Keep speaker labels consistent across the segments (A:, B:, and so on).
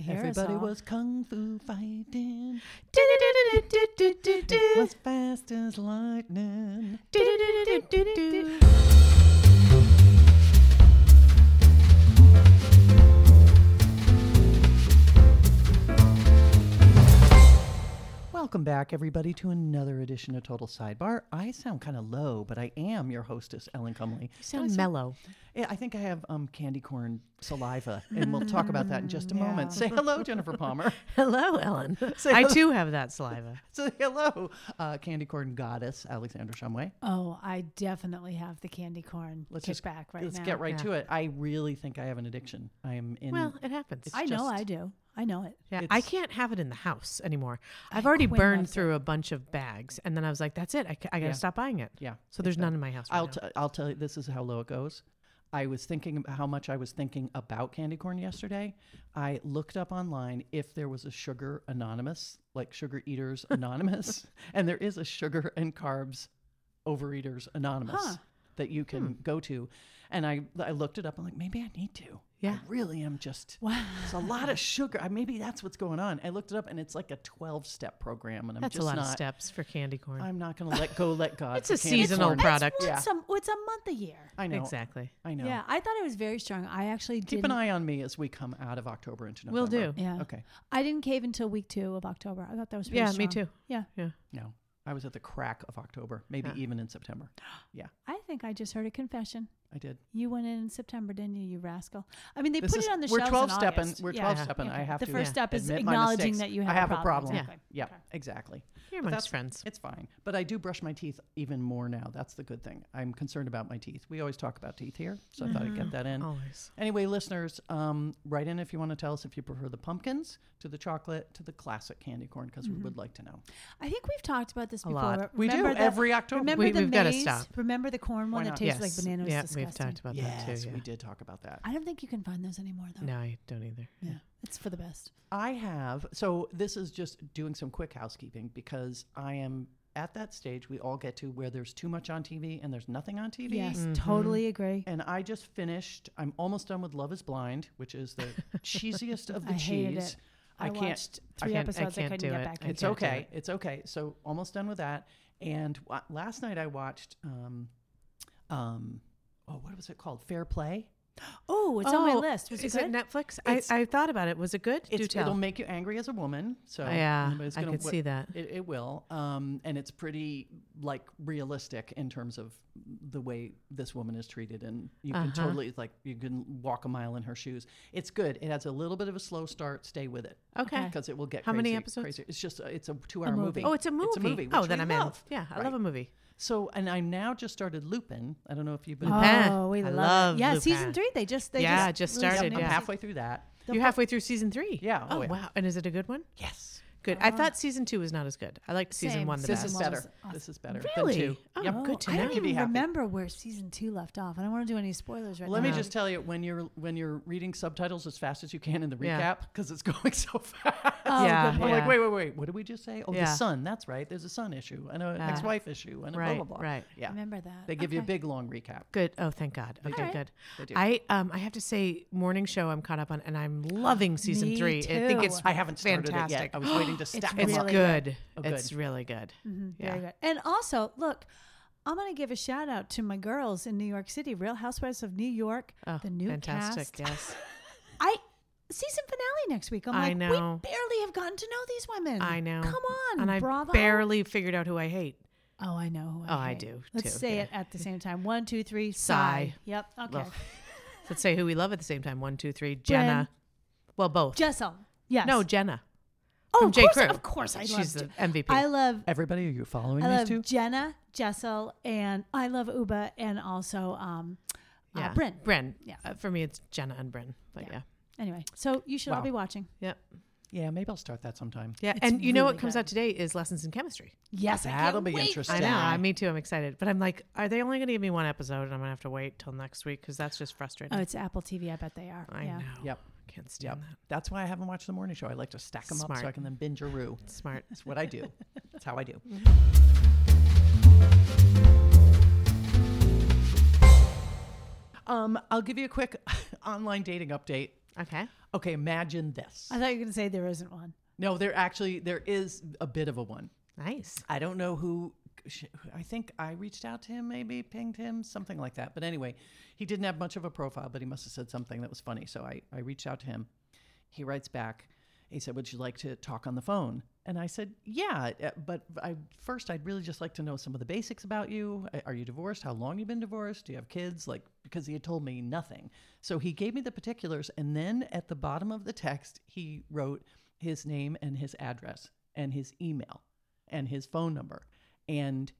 A: hear
B: Everybody
A: us all.
B: was kung fu fighting. It
A: Do-do-do-do-do-do-do-do.
B: was fast as lightning.
A: Do-do-do-do-do-do.
B: Welcome back, everybody, to another edition of Total Sidebar. I sound kind of low, but I am your hostess, Ellen Cumley.
A: You sound mellow.
B: Yeah, I think I have um, candy corn saliva, and we'll talk about that in just a moment. Say hello, Jennifer Palmer.
A: Hello, Ellen.
B: Say
A: I
B: hello.
A: too have that saliva.
B: Say hello, uh, candy corn goddess, Alexandra Shumway.
C: Oh, I definitely have the candy corn
B: Let's just-
C: kickback right
B: Let's
C: now.
B: get right
A: Yeah.
B: to it. I really think I have an addiction. I am in.
A: Well, it happens.
C: I know
B: just-
C: I do. I know it.
A: yeah, I
B: it's-
A: can't have it in the house anymore.
C: I
A: I've already
C: quit
A: burned
C: myself.
A: through a bunch of bags, and then I was like, "That's it. I, ca- I gotta
B: Yeah.
A: stop buying it."
B: yeah.
A: So there's
B: Exactly.
A: none in my house. Right
B: I'll,
A: now.
B: t- I'll tell you, this is how low it goes. I was thinking about how much I was thinking about candy corn yesterday. I looked up online if there was a Sugar Anonymous, like Sugar Eaters Anonymous, and there is a Sugar and Carbs Overeaters Anonymous
C: Huh.
B: that you can
A: Hmm.
B: go to. And I, I looked it up. I'm like, maybe I need to.
A: Yeah.
B: I really am just.
C: Wow.
B: It's a lot of sugar. I, maybe that's what's going on. I looked it up, and it's like a 12 step program, and I'm
A: That's a
B: just
A: lot
B: not.
A: of steps for candy corn.
B: I'm not going to let go. Let God.
A: It's a
B: for candy
A: seasonal
B: corn.
A: It's- product.
C: That's
B: Yeah.
C: once a- it's a month a year.
B: I know.
A: exactly.
B: I know.
C: Yeah, I thought it was very strong. I actually
B: Keep an
C: didn't-
B: eye on me as we come out of October into
A: Will
B: November.
A: do.
C: Yeah,
B: Okay.
C: I didn't cave until week two of October. I thought that was pretty
A: Yeah, me
C: strong.
A: too.
C: Yeah,
B: No, I was at the crack of October, maybe
A: Yeah.
B: even in September.
C: I think I just heard a confession.
B: I did.
C: You went in in September, didn't you, you rascal? I mean, they
B: This
C: put
B: is-
C: it on the
B: we're
C: shelves in
B: 12 stepping.
C: August.
B: We're
C: Yeah.
B: 12 stepping. I
C: Okay.
B: have
C: the
B: to.
C: first step is
B: admit my
C: acknowledging
B: mistakes.
C: that you have,
B: I have a problem.
C: Yeah. Okay.
B: Yeah,
C: Okay.
B: exactly.
A: You're
B: But
A: amongst
B: that's-
A: friends.
B: It's fine. But I do brush my teeth even more now. That's the good thing. I'm concerned about my teeth. We always talk about teeth here, so I thought I'd
C: Mm-hmm.
B: get that in.
A: Always.
B: Anyway, listeners, um, write in if you want to tell us if you prefer the pumpkins to the chocolate to the classic candy corn because we would like to know.
C: I think we've talked about this
A: A
C: before.
A: lot.
B: We
C: Mm-hmm. Remember
B: do
C: the-
B: every October.
C: Remember
A: We-
C: the
A: we've
C: maize?
A: gotta stop.
C: Remember the corn one
B: Why
C: that
B: not?
C: tastes like
A: Yes.
C: bananas?
A: Yeah,
C: disgusting.
A: we've talked about that
B: yes,
A: too. Yeah.
B: we did talk about that.
C: I don't think you can find those anymore, though.
A: No, I don't either.
C: Yeah, it's for the best.
B: I have. So this is just doing some quick housekeeping because I am at that stage we all get to where there's too much on TV and there's nothing on TV.
C: Yes, totally agree.
B: And I just finished. I'm almost done with Love Is Blind, which is the cheesiest of the
C: I hated
B: cheese.
C: it. I,
B: can't.
C: watched three
A: can't- I
C: episodes. I,
A: can't
C: couldn't
A: do
C: get
A: it.
C: back.
A: I
B: It's
C: into
A: can't do
B: okay.
A: it.
B: It's okay. So almost done with that. And wa- last night I watched. Um, um, oh, what was it called? Fair Play.
C: Oh, it's on my
A: Oh,
C: list. Was
A: is
C: it good?
A: Netflix? I, I thought about it. Was it good? Do
B: It's, it'll
A: tell.
B: make you angry as a woman. So
A: Yeah,
B: but it's
A: I
B: gonna
A: could
B: wa-
A: see that.
B: It, it will, um, and it's pretty like realistic in terms of the way this woman is treated, and you can
A: Uh-huh.
B: totally like you can walk a mile in her shoes. It's good. It has a little bit of a slow start. Stay with it
A: Okay.
B: because it will get
A: How many
B: crazy-
A: episodes?
B: crazy. It's just a, it's a two-hour
C: movie.
B: movie.
A: Oh, it's a movie.
B: It's a movie.
A: oh,
B: which
A: then
B: we
A: I'm
B: love.
A: in. Yeah, I
B: Right.
A: love a movie.
B: So, and I now just started Lupin. I don't know if you've been.
A: Lupin.
C: Oh, we
A: I
C: love,
A: love
C: it. Yeah,
A: Lupin.
C: season three. They just they
A: Yeah,
C: just,
A: just
C: released
A: started,
C: new
B: I'm
A: yeah.
C: season.
B: halfway through that.
A: You're halfway through season three.
B: Yeah,
A: Oh,
B: oh, Uh, yeah.
A: wow. And is it a good one?
B: Yes.
A: Good. I thought season two was not as good. I liked season
C: Same.
A: one the
B: This
A: best.
B: is
C: one
B: better.
C: was awesome.
B: This is better
A: Really?
B: than two.
A: Oh,
B: Yep.
A: good to
C: I
A: know.
C: don't
B: You'd be
C: even
B: happy.
C: remember where season two left off. I don't want to do any spoilers right
B: Let
C: now.
B: me just tell you when you're when you're reading subtitles as fast as you can in the
A: Yeah.
B: recap because it's going so fast.
C: Oh,
A: Yeah,
C: good
B: I'm
C: point.
B: like, wait, wait, wait. What did we just say? Oh,
A: Yeah.
B: the son. That's right. There's a son issue and an
A: Uh,
B: ex-wife issue and a
A: right,
B: blah blah blah.
A: right.
B: Yeah.
C: Remember that.
B: They give you a
C: Okay.
B: big long recap.
A: Good. Oh, thank God. Okay,
C: do.
A: good.
B: They do.
A: I um I have to say morning show I'm caught up on and I'm loving season
C: Me
A: three. I think
C: too.
A: it's
B: I haven't started it yet.
A: fantastic.
B: I was waiting to stack them
A: It's
B: up.
C: really
A: good.
B: Oh, good. Mm-hmm.
A: It's really good.
C: Very
A: Yeah.
C: good. And also, look, I'm going to give a shout out to my girls in New York City, Real Housewives of New York,
A: Oh,
C: the new
A: fantastic.
C: cast.
A: Yes.
C: I season finale next week. I'm
A: I
C: like,
A: know.
C: we barely have gotten to know these women.
A: I know.
C: Come on,
A: And I
C: Bravo.
A: barely figured out who I hate.
C: oh, I know. Who I
A: Oh, I
C: hate.
A: do,
C: Let's
A: too,
C: say
A: yeah.
C: it at the same time. One, two, three.
A: Sigh.
C: Sigh. Yep. Okay.
A: Well, Let's say who we love at the same time. One, two, three. Jenna. Well, both.
C: Jessel. Yes.
A: No, Jenna.
C: oh,
A: from
C: of
A: J.
C: course,
A: Crew.
C: Of course, I
A: She's
C: love.
A: the MVP.
C: I love.
B: Everybody, are you following
C: I
B: these
C: love
B: two?
C: Jenna, Jessel, and I love Uba, and also um, uh, Bryn.
A: Bryn.
C: Yeah.
A: Uh, for me, it's Jenna and Bryn. But yeah.
C: Yeah. Anyway, so you should all
B: Wow.
C: be watching.
A: Yep.
B: Yeah, maybe I'll start that sometime.
A: Yeah.
C: It's
A: and you know what
C: really
A: comes
C: good.
A: out today is lessons in chemistry.
C: Yes, I
B: That'll
C: can't
B: be
C: wait.
B: interesting.
A: I know. I,
B: Yeah.
A: me too. I'm excited. But I'm like, are they only going to give me one episode and I'm going to have to wait till next week? Because that's just frustrating.
C: Oh, it's Apple TV. I bet they are.
A: I
C: yeah.
A: know.
B: Yep.
A: Can't
B: Yep.
A: stand
B: That's why I haven't watched the morning show. I like to stack them up so I
A: Smart.
B: can then binge a roo.
A: that. Smart.
B: It's what I do. It's how I do. Um, I'll give you a quick online dating update.
A: Okay.
B: Okay, imagine this.
C: I thought you were going to say there isn't one.
B: No, there actually there is a bit of a one.
A: Nice.
B: I don't know who. sh- I think I reached out to him, maybe pinged him, something like that. But anyway, he didn't have much of a profile, but he must have said something that was funny. So I, I reached out to him. He writes back. He said, Would you like to talk on the phone? And I said, Yeah, uh, but I, first, I'd really just like to know some of the basics about you. A- Are you divorced? How long you been divorced? Do you have kids? Like, because he had told me nothing. So he gave me the particulars. And then at the bottom of the text, he wrote his name and his address and his email and his phone number. And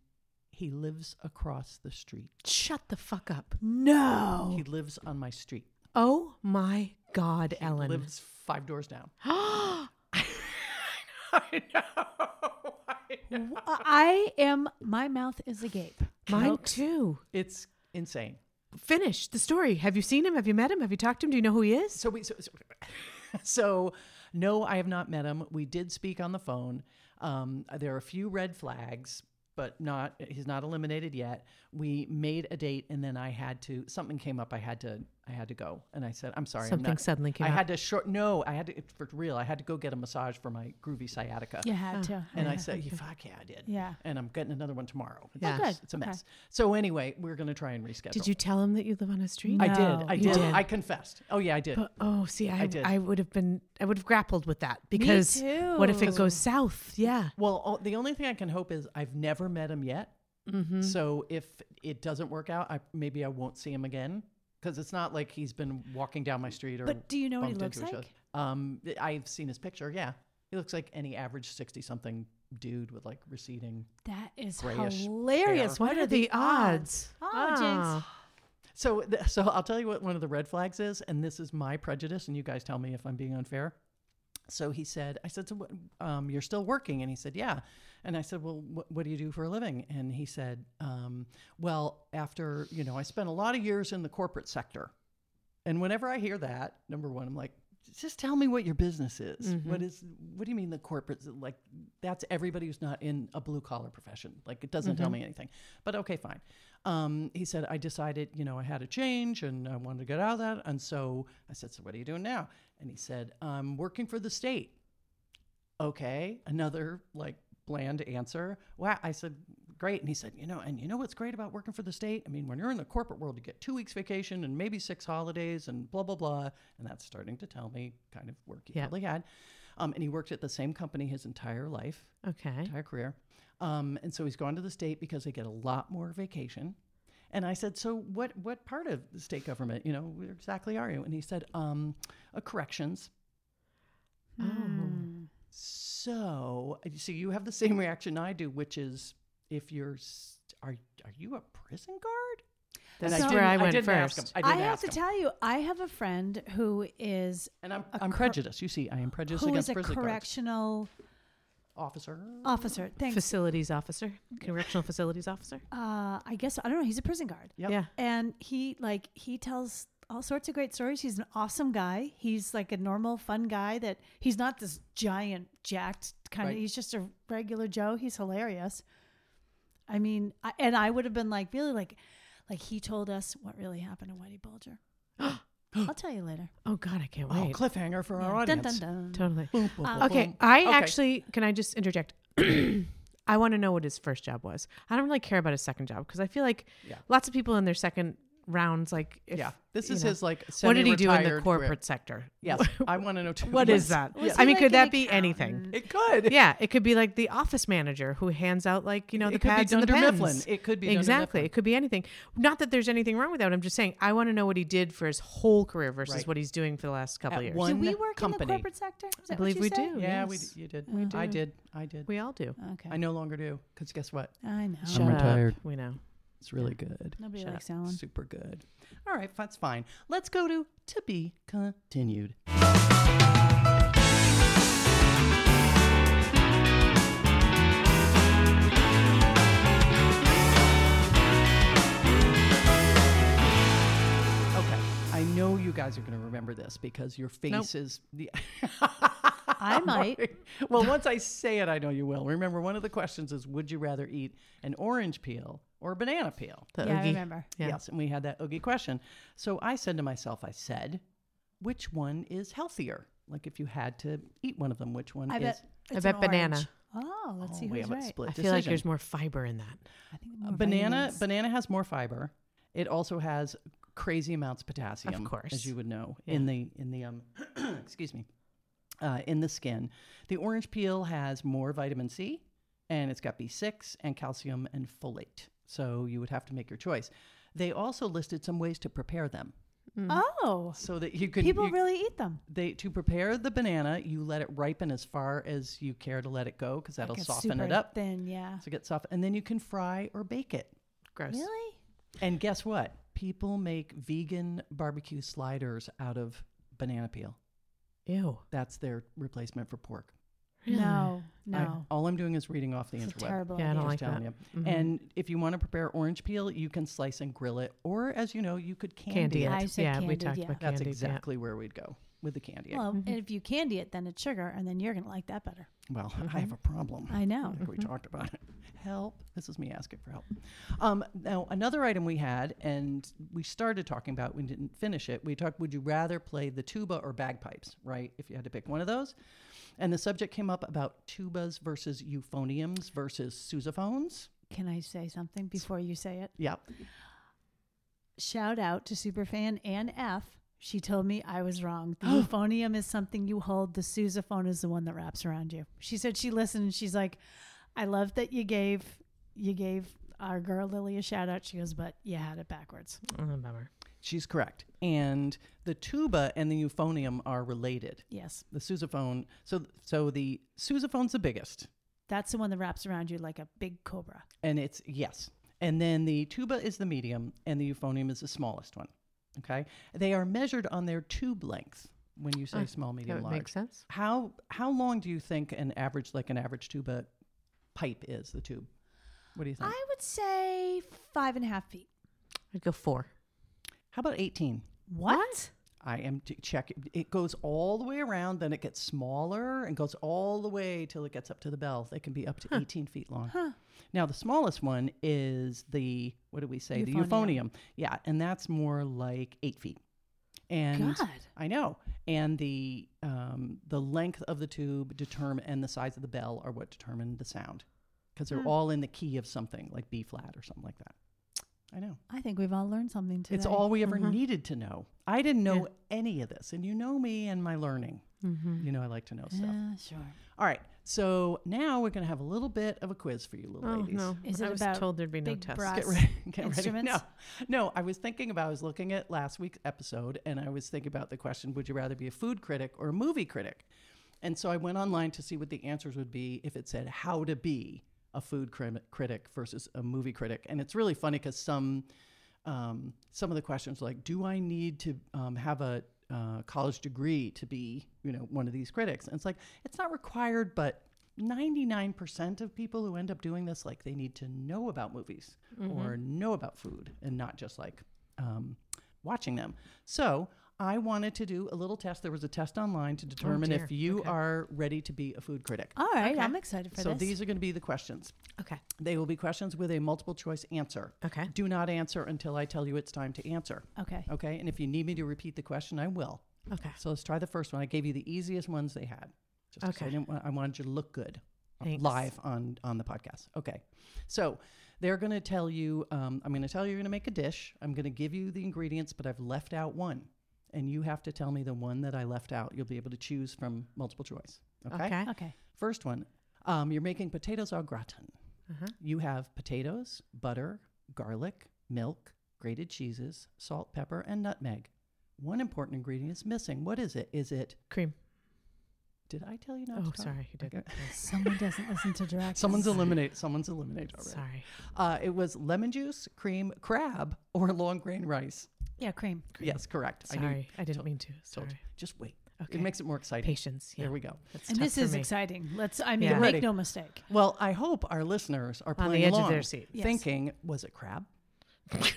B: he lives across the street.
A: Shut the fuck up.
C: No.
B: He lives on my street.
A: Oh my God,
B: He
A: Ellen.
B: lives five doors down.
A: I know.
C: I am, my mouth is agape.
A: Mine
B: Nope.
A: too.
B: It's insane.
A: Finish the story. Have you seen him? Have you met him? Have you talked to him? Do you know who he is?
B: So we so, so, so, no, I have not met him. We did speak on the phone. Um, there are a few red flags, but not he's not eliminated yet. We made a date, and then I had to something came up. I had to I had to go, and I said I'm sorry.
A: Something
B: I'm not,
A: suddenly came
B: I
A: up.
B: had to short. No, I had to for real. I had to go get a massage for my groovy sciatica.
C: You had to.
B: And I said, "You fuck yeah, I did."
C: Yeah.
B: And I'm getting another one tomorrow. It's,
A: Yeah.
B: yeah.
A: Oh,
C: good.
B: it's a
C: Okay.
B: mess. So anyway, we're gonna try and reschedule.
A: Did you tell him that you live on his street?
B: I did.
C: No.
B: I
A: You
B: did.
A: did.
B: I confessed. Oh yeah, I did.
A: But, oh, see, I, I,
B: did.
A: would have been, I would have grappled with that because what if it
C: too.
A: goes south? Yeah.
B: Well, o- the only thing I can hope is I've never met him yet. Mm-hmm.
A: Mm-hmm.
B: So if it doesn't work out, I maybe I won't see him again because it's not like he's been walking down my street or.
C: But do you know what he looks
B: bumped into each
C: like?
B: other. Um, I've seen his picture. Yeah, he looks like any average sixty-something dude with like receding.
C: That is
B: Grayish
C: hilarious.
A: What are the odds? Ah,
C: Oh, Jinx.
B: Ah. So, th- so I'll tell you what one of the red flags is, and this is my prejudice, and you guys tell me if I'm being unfair. So he said, I said, so what, um, you're still working? And he said, yeah. And I said, well, wh- what do you do for a living? And he said, um, well, after, you know, I spent a lot of years in the corporate sector. And whenever I hear that, number one, I'm like, just tell me what your business is. What is, what do you mean the corporate, like that's everybody who's not in a blue collar profession. Like it doesn't tell me anything, but okay, fine. Um, he said, I decided, you know, I had a change and I wanted to get out of that. And so I said, so what are you doing now? And he said, I'm working for the state okay another like bland answer wow i said great and he said you know and you know what's great about working for the state i mean when you're in the corporate world you get two weeks vacation and maybe six holidays and blah blah blah and that's starting to tell me kind of work he
A: Yeah.
B: probably had um, and he worked at the same company his entire life
A: Okay.
B: entire career um, and so he's gone to the state because they get a lot more vacation and I said, "So what? What part of the state government? You know, where exactly are you?" And he said, um, uh, "Corrections."
C: Hmm.
A: Oh.
B: So, so you have the same reaction I do, which is if you're s- are are you a prison guard?
A: That's
C: So-
B: didn't-
A: where I went
B: didn't ask him.
A: first.
B: I
C: I
B: didn't
C: have
B: ask
C: to
B: him.
C: tell you, I have a friend who is
B: and I'm,
C: a
B: I'm
C: cor-
B: prejudiced. You see, I am prejudiced
C: who
B: against
C: is a
B: prison guards.
C: correctional
B: Officer,
C: officer. Thanks.
A: Facilities officer, correctional facilities officer.
C: Uh, I guess I don't know. He's a prison guard,
B: Yep.
A: Yeah.
C: and he like he tells all sorts of great stories. He's an awesome guy. He's like a normal, fun guy. That he's not this giant, jacked kind
B: Right.
C: of. He's just a regular Joe. He's hilarious. I mean, I, and I would have been like, really, like, like he told us what really happened to Whitey Bulger. I'll tell you later.
A: Oh God, I can't
B: oh,
A: wait.
B: cliffhanger for our
C: Yeah. Dun,
B: audience.
C: dun, Uh, dun.
A: Totally.
B: Boom, boom, boom,
A: Okay,
B: boom.
A: I
B: Okay.
A: actually can I just interject? I want to know what his first job was. I don't really care about his second job because I feel like
B: Yeah.
A: lots of people in their second rounds, like if,
B: yeah, this
A: you
B: is
A: know,
B: his like.
A: What did he do in the
B: semi-retired
A: corporate
B: grip.
A: sector? Uh,
B: Yes, I want to know too.
A: What
B: Yes.
A: is that?
C: Was
A: I
C: he
A: mean,
C: like
A: could
C: an
A: that be
C: accountant?
A: anything?
B: It could.
A: Yeah, it could be like the office manager who hands out like you know
B: It
A: the
B: could be
A: pads and the
B: Dunder
A: pens.
B: Mifflin. It could be Dunder
A: exactly.
B: Mifflin.
A: It could be anything. Not that there's anything wrong with that. I'm just saying I want to know what he did for his whole career versus
B: Right.
A: what he's doing for the last couple
B: At
A: years.
B: one-
C: Do we work in
B: company.
C: the corporate sector? Is that what
A: believe
C: you
A: we
C: said?
A: do.
B: Yeah, we d-
A: Yes.
B: you did.
A: We
B: I
A: do.
B: did. I did.
A: We all do.
C: Okay.
B: I no longer do because guess what?
C: I know.
B: Shut up. retired.
A: We know.
B: It's really good.
C: Nobody
A: Shut
C: likes Alan.
B: Super good. All right, that's fine. Let's go to to be continued. Okay, I know you guys are going to remember this because your face
A: Nope.
B: is the.
C: I might.
B: well, once I say it, I know you will. Remember, one of the questions is: Would you rather eat an orange peel or a banana peel?
A: The
C: Yeah, I
A: Oogie.
C: remember.
A: Yeah.
B: Yes, and we had that oogie question. So I said to myself, I said, which one is healthier? Like if you had to eat one of them, which one
C: I
B: is?
C: bet.
A: I
C: it's
A: bet
C: an
A: banana.
C: orange. Oh, let's
B: Oh,
C: see
B: we
C: who's
B: have a
C: right.
B: split
A: I feel like
B: decision.
A: there's more fiber in that.
C: I think
B: Uh,
C: more
B: banana
C: vitamins.
B: banana has more fiber. It also has crazy amounts of potassium,
A: course.
B: as you would know
A: Yeah.
B: in the in the um, excuse me, uh, in the skin. The orange peel has more vitamin C, and it's got B six and calcium and folate. So you would have to make your choice. They also listed some ways to prepare them
C: Oh,
B: so that you can
C: people
B: you-
C: really eat them.
B: they to prepare the banana. You let it ripen as far as you care to let it go because that'll
C: Like it's
B: soften it
C: super
B: up.
C: Thin, yeah.
B: So it gets soft, and then you can fry or bake it.
A: Gross.
C: Really?
B: And guess what? People make vegan barbecue sliders out of banana peel.
A: Ew.
B: That's their replacement for pork.
C: No,
B: I-
C: no.
B: all I'm doing is reading off the
C: It's a
B: interweb.
C: terrible.
A: Yeah, I don't
C: idea.
A: like
B: telling
A: that.
C: Mm-hmm.
B: you. And if you want to prepare orange peel, you can slice and grill it, or as you know, you could candy,
A: Candy.
B: it.
A: it.
C: I said
A: yeah, we
C: candied,
A: talked
C: yeah.
A: about
B: That's
A: candy.
B: exactly where we'd go with the candy.
C: Well, and if you candy it, then it's sugar, and then you're gonna like that better.
B: well,
C: mm-hmm.
B: I have a problem.
C: I know.
B: We talked about it. Help. This is me asking for help. Um, now, another item we had, and we started talking about, we didn't finish it. We talked, would you rather play the tuba or bagpipes, right? If you had to pick one of those. And the subject came up about tubas versus euphoniums versus sousaphones.
C: Can I say something before you say it?
B: Yep.
C: Shout out to superfan Ann F. She told me I was wrong. The euphonium is something you hold. The sousaphone is the one that wraps around you. She said she listened. And she's like, I love that you gave you gave our girl Lily a shout out. She goes, but you had it backwards.
A: Yeah. Oh, bummer.
B: She's correct. And the tuba and the euphonium are related.
C: Yes,
B: The sousaphone, so so the sousaphone's the biggest.
C: that's the one that wraps around you like a big cobra.
B: And it's yes. And then the tuba is the medium and the euphonium is the smallest one. Okay? They are measured on their tube length when you say
A: Ah,
B: small,
A: That
B: medium,
A: would
B: large.
A: make sense.
B: How how long do you think an average like an average tuba pipe is the tube? What do you think?
C: I would say five and a half feet.
A: I'd go four.
B: how about 18?
C: What?
B: I am to check it goes all the way around then it gets smaller and goes all the way till it gets up to the bell. They can be up to 18 feet long.
C: Huh.
B: Now the smallest one is the what do we say? The
C: Euphonium.
B: euphonium. Yeah, and that's more like eight feet. And
C: God.
B: I know. And the um, the length of the tube determine and the size of the bell are what determine the sound because
A: Hmm.
B: they're all in the key of something like B flat or something like that. I know.
C: I think we've all learned something today.
B: It's all we ever
A: Mhm.
B: needed to know. I didn't
A: Yeah.
B: know any of this, and you know me and my learning.
A: Mm-hmm.
B: You know I like to know stuff.
C: Yeah, sure.
B: All right, so now we're gonna have a little bit of a quiz for you, little
A: Oh,
B: ladies.
A: no.
C: Is
A: I
C: it
A: was
C: about
A: told there'd be no
C: big
A: test.
C: bra-
B: Get
C: Us
B: ready. Get ready.
C: instruments?
B: No, no. I was thinking about. I was looking at last week's episode, and I was thinking about the question: Would you rather be a food critic or a movie critic? And so I went online to see what the answers would be if it said how to be a food crim- critic versus a movie critic. And it's really funny because some um, some of the questions like, do I need to um, have a uh, college degree to be, you know, one of these critics? And it's like, it's not required, but 99% of people who end up doing this, like, they need to know about movies
A: Mm-hmm.
B: or know about food and not just like um, watching them. So I wanted to do a little test. There was a test online to determine
A: dear.
B: if you
A: Okay.
B: are ready to be a food critic.
C: All right,
A: Okay.
C: I'm excited for
B: so
C: this.
B: these are going to be the questions.
A: Okay.
B: They will be questions with a multiple choice answer.
A: Okay.
B: Do not answer until I tell you it's time to answer.
C: okay.
B: Okay. And if you need me to repeat the question, I will.
A: Okay.
B: So let's try the first one. I gave you the easiest ones they had. Just 'cause I,
A: Okay.
B: didn't want, I wanted you to look good uh,
A: Thanks.
B: live on on the podcast. Okay, so they're going to tell you. Um, I'm going to tell you you're going to make a dish. I'm going to give you the ingredients, but I've left out one, and you have to tell me the one that I left out. You'll be able to choose from multiple choice. Okay. Uh-huh.
A: Okay.
C: Okay.
B: First one. Um, you're making potatoes au gratin.
A: Uh-huh.
B: You have potatoes, butter, garlic, milk, grated cheeses, salt, pepper, and nutmeg. One important ingredient is missing. What is it? Is it?
A: Cream.
B: Did I tell you not? to
A: Oh,
B: talk?
A: sorry. You did.
B: Okay.
C: Someone doesn't listen to directions.
B: Someone's eliminated. Someone's eliminated already.
A: Sorry.
B: Uh, it was lemon juice, cream, crab, or long grain rice.
C: Yeah, cream.
B: Yes, correct. I knew.
A: Sorry. I, didn't
B: told-
A: mean to.
B: Told
A: Sorry.
B: you. Just wait.
A: Okay.
B: It makes it more exciting.
A: Patience. Yeah.
B: There we go.
A: That's
C: And
A: tough
C: this
A: for
C: is
A: me.
C: exciting. Let's. I mean,
A: Yeah.
C: make
B: Ready.
C: no mistake.
B: Well, I hope our listeners are
A: On
B: playing
A: the edge
B: along,
A: of their seat.
C: Yes.
B: thinking, was it crab?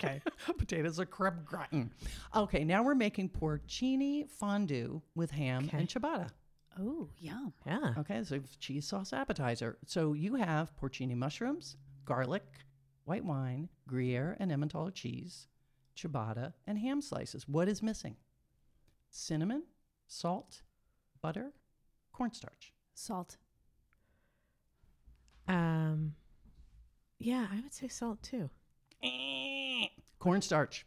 A: Okay.
B: Potatoes are crab gratin. Okay, now we're making porcini fondue with ham
A: Okay.
B: and ciabatta.
C: Oh, yum.
A: Yeah.
B: Okay, so it's cheese sauce appetizer. So you have porcini mushrooms, garlic, white wine, Gruyere and Emmentaler cheese, ciabatta, and ham slices. What is missing? cinnamon, salt, butter, cornstarch.
C: Salt.
A: Um, yeah, I would say salt too.
B: Eh. Cornstarch.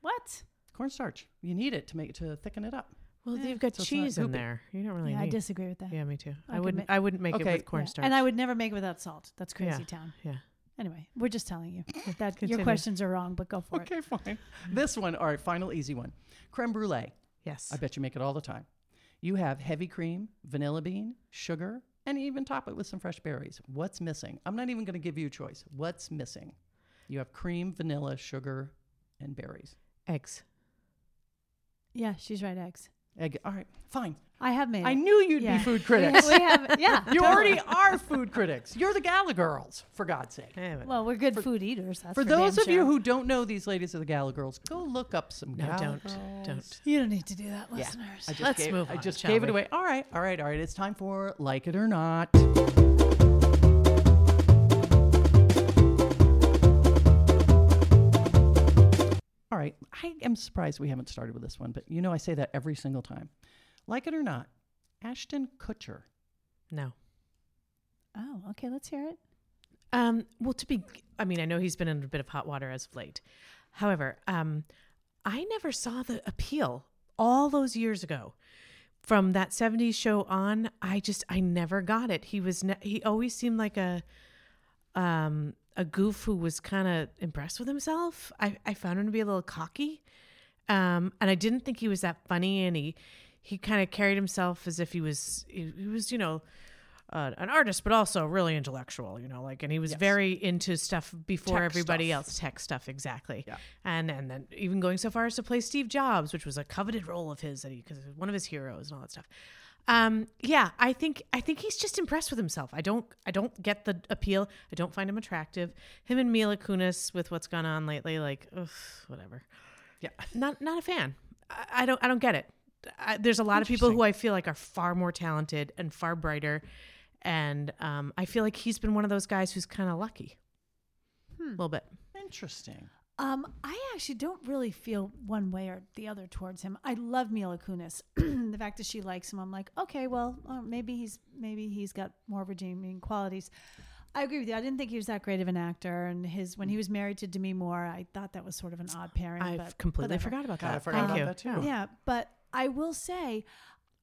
C: What?
B: Cornstarch. You need it to make to thicken it up.
A: Well,
C: Eh,
A: you've got
B: so it's not
A: cheese in
B: goopy.
A: there. You don't really
C: yeah, I
A: need.
C: disagree with that.
A: yeah, me too.
C: I
A: I,
C: could
A: wouldn't.
C: ma-
A: I wouldn't make it
B: Okay.
A: with
B: Yeah,
A: cornstarch.
C: And I would never make it without salt. That's crazy
A: Yeah.
C: town.
A: Yeah.
C: Anyway, we're just telling you that your
A: Continue.
C: questions are wrong, but go for it.
B: Okay, fine. This one, all right, final easy one. Creme brulee.
A: Yes.
B: I bet you make it all the time. You have heavy cream, vanilla bean, sugar, and even top it with some fresh berries. What's missing? I'm not even going to give you a choice. What's missing? You have cream, vanilla, sugar, and berries.
A: Eggs.
C: Yeah, she's right, eggs.
B: Egg. All right, fine.
C: I have made
B: I
C: it.
B: knew you'd
C: Yeah.
B: be food
C: We-
B: critics.
C: we have, yeah. totally.
B: you already are food critics. You're the Gala girls, for God's sake.
A: Eh, but-
C: Well, we're good food eaters. That's
B: For,
C: damn
B: those of you
C: sure.
B: who don't know these ladies are the Gala girls, go look up some
A: no,
B: Gala
A: don't,
B: Girls.
A: don't.
C: Oh. you don't need to do that,
B: Yeah.
C: listeners.
B: I just
A: Let's
B: gave,
A: move
B: I
A: on,
B: just
A: shall
B: gave it
A: we?
B: away. All right, all right, all right. It's time for like it or not. All right, I am surprised we haven't started with this one, but you know I say that every single time. Like it or not, Ashton Kutcher.
A: No.
C: oh, okay. Let's hear it.
A: Um, well, to be, I mean, I know he's been in a bit of hot water as of late. However, um, I never saw the appeal all those years ago. From that '70s show on, I just I never got it. He was ne- he always seemed like a um a goof who was kind of impressed with himself. I I found him to be a little cocky, um, and I didn't think he was that funny. And he he kind of carried himself as if he was he, he was you know uh, an artist, but also really intellectual, you know, like, and he was
B: Yes.
A: very into stuff before
B: Tech
A: everybody
B: stuff.
A: else, tech stuff, exactly.
B: Yeah.
A: And, and then even going so far as to play Steve Jobs, which was a coveted role of his that he, cause it was one of his heroes and all that stuff. Um, yeah, I think, I think he's just impressed with himself. I don't, I don't get the appeal. I don't find him attractive. Him and Mila Kunis with what's gone on lately, like, ugh, whatever
B: Yeah.
A: not not a fan. I, I don't I don't get it. I, there's a lot of people who I feel like are far more talented and far brighter, and um, I feel like he's been one of those guys who's kind of lucky, a
C: Hmm.
A: little bit.
B: Interesting.
C: Um, I actually don't really feel one way or the other towards him. I love Mila Kunis. the fact that she likes him, I'm like, okay, well, uh, maybe he's maybe he's got more redeeming qualities. I agree with you. I didn't think he was that great of an actor, and his when he was married to Demi Moore, I thought that was sort of an odd pairing.
A: Mm. I've
C: but
A: completely
C: whatever.
A: forgot about
B: God, I
A: that.
B: forgot about
A: Thank you.
B: that too.
A: Yeah.
C: Yeah, but I will say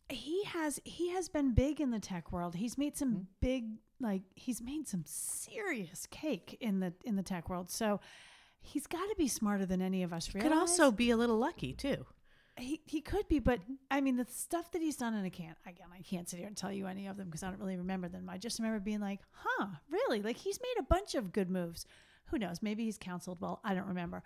C: he has he has been big in the tech world. He's made some
A: Mm-hmm.
C: big like he's made some serious cake in the in the tech world. So he's got to be smarter than any of us. Realize.
A: Could also Mm-hmm. be a little lucky too.
C: he, he could be, but I mean the stuff that he's done, and I can't again I can't sit here and tell you any of them because I don't really remember them. I just remember being like, huh, really? Like he's made a bunch of good moves. Who knows? Maybe he's counseled well. I don't remember.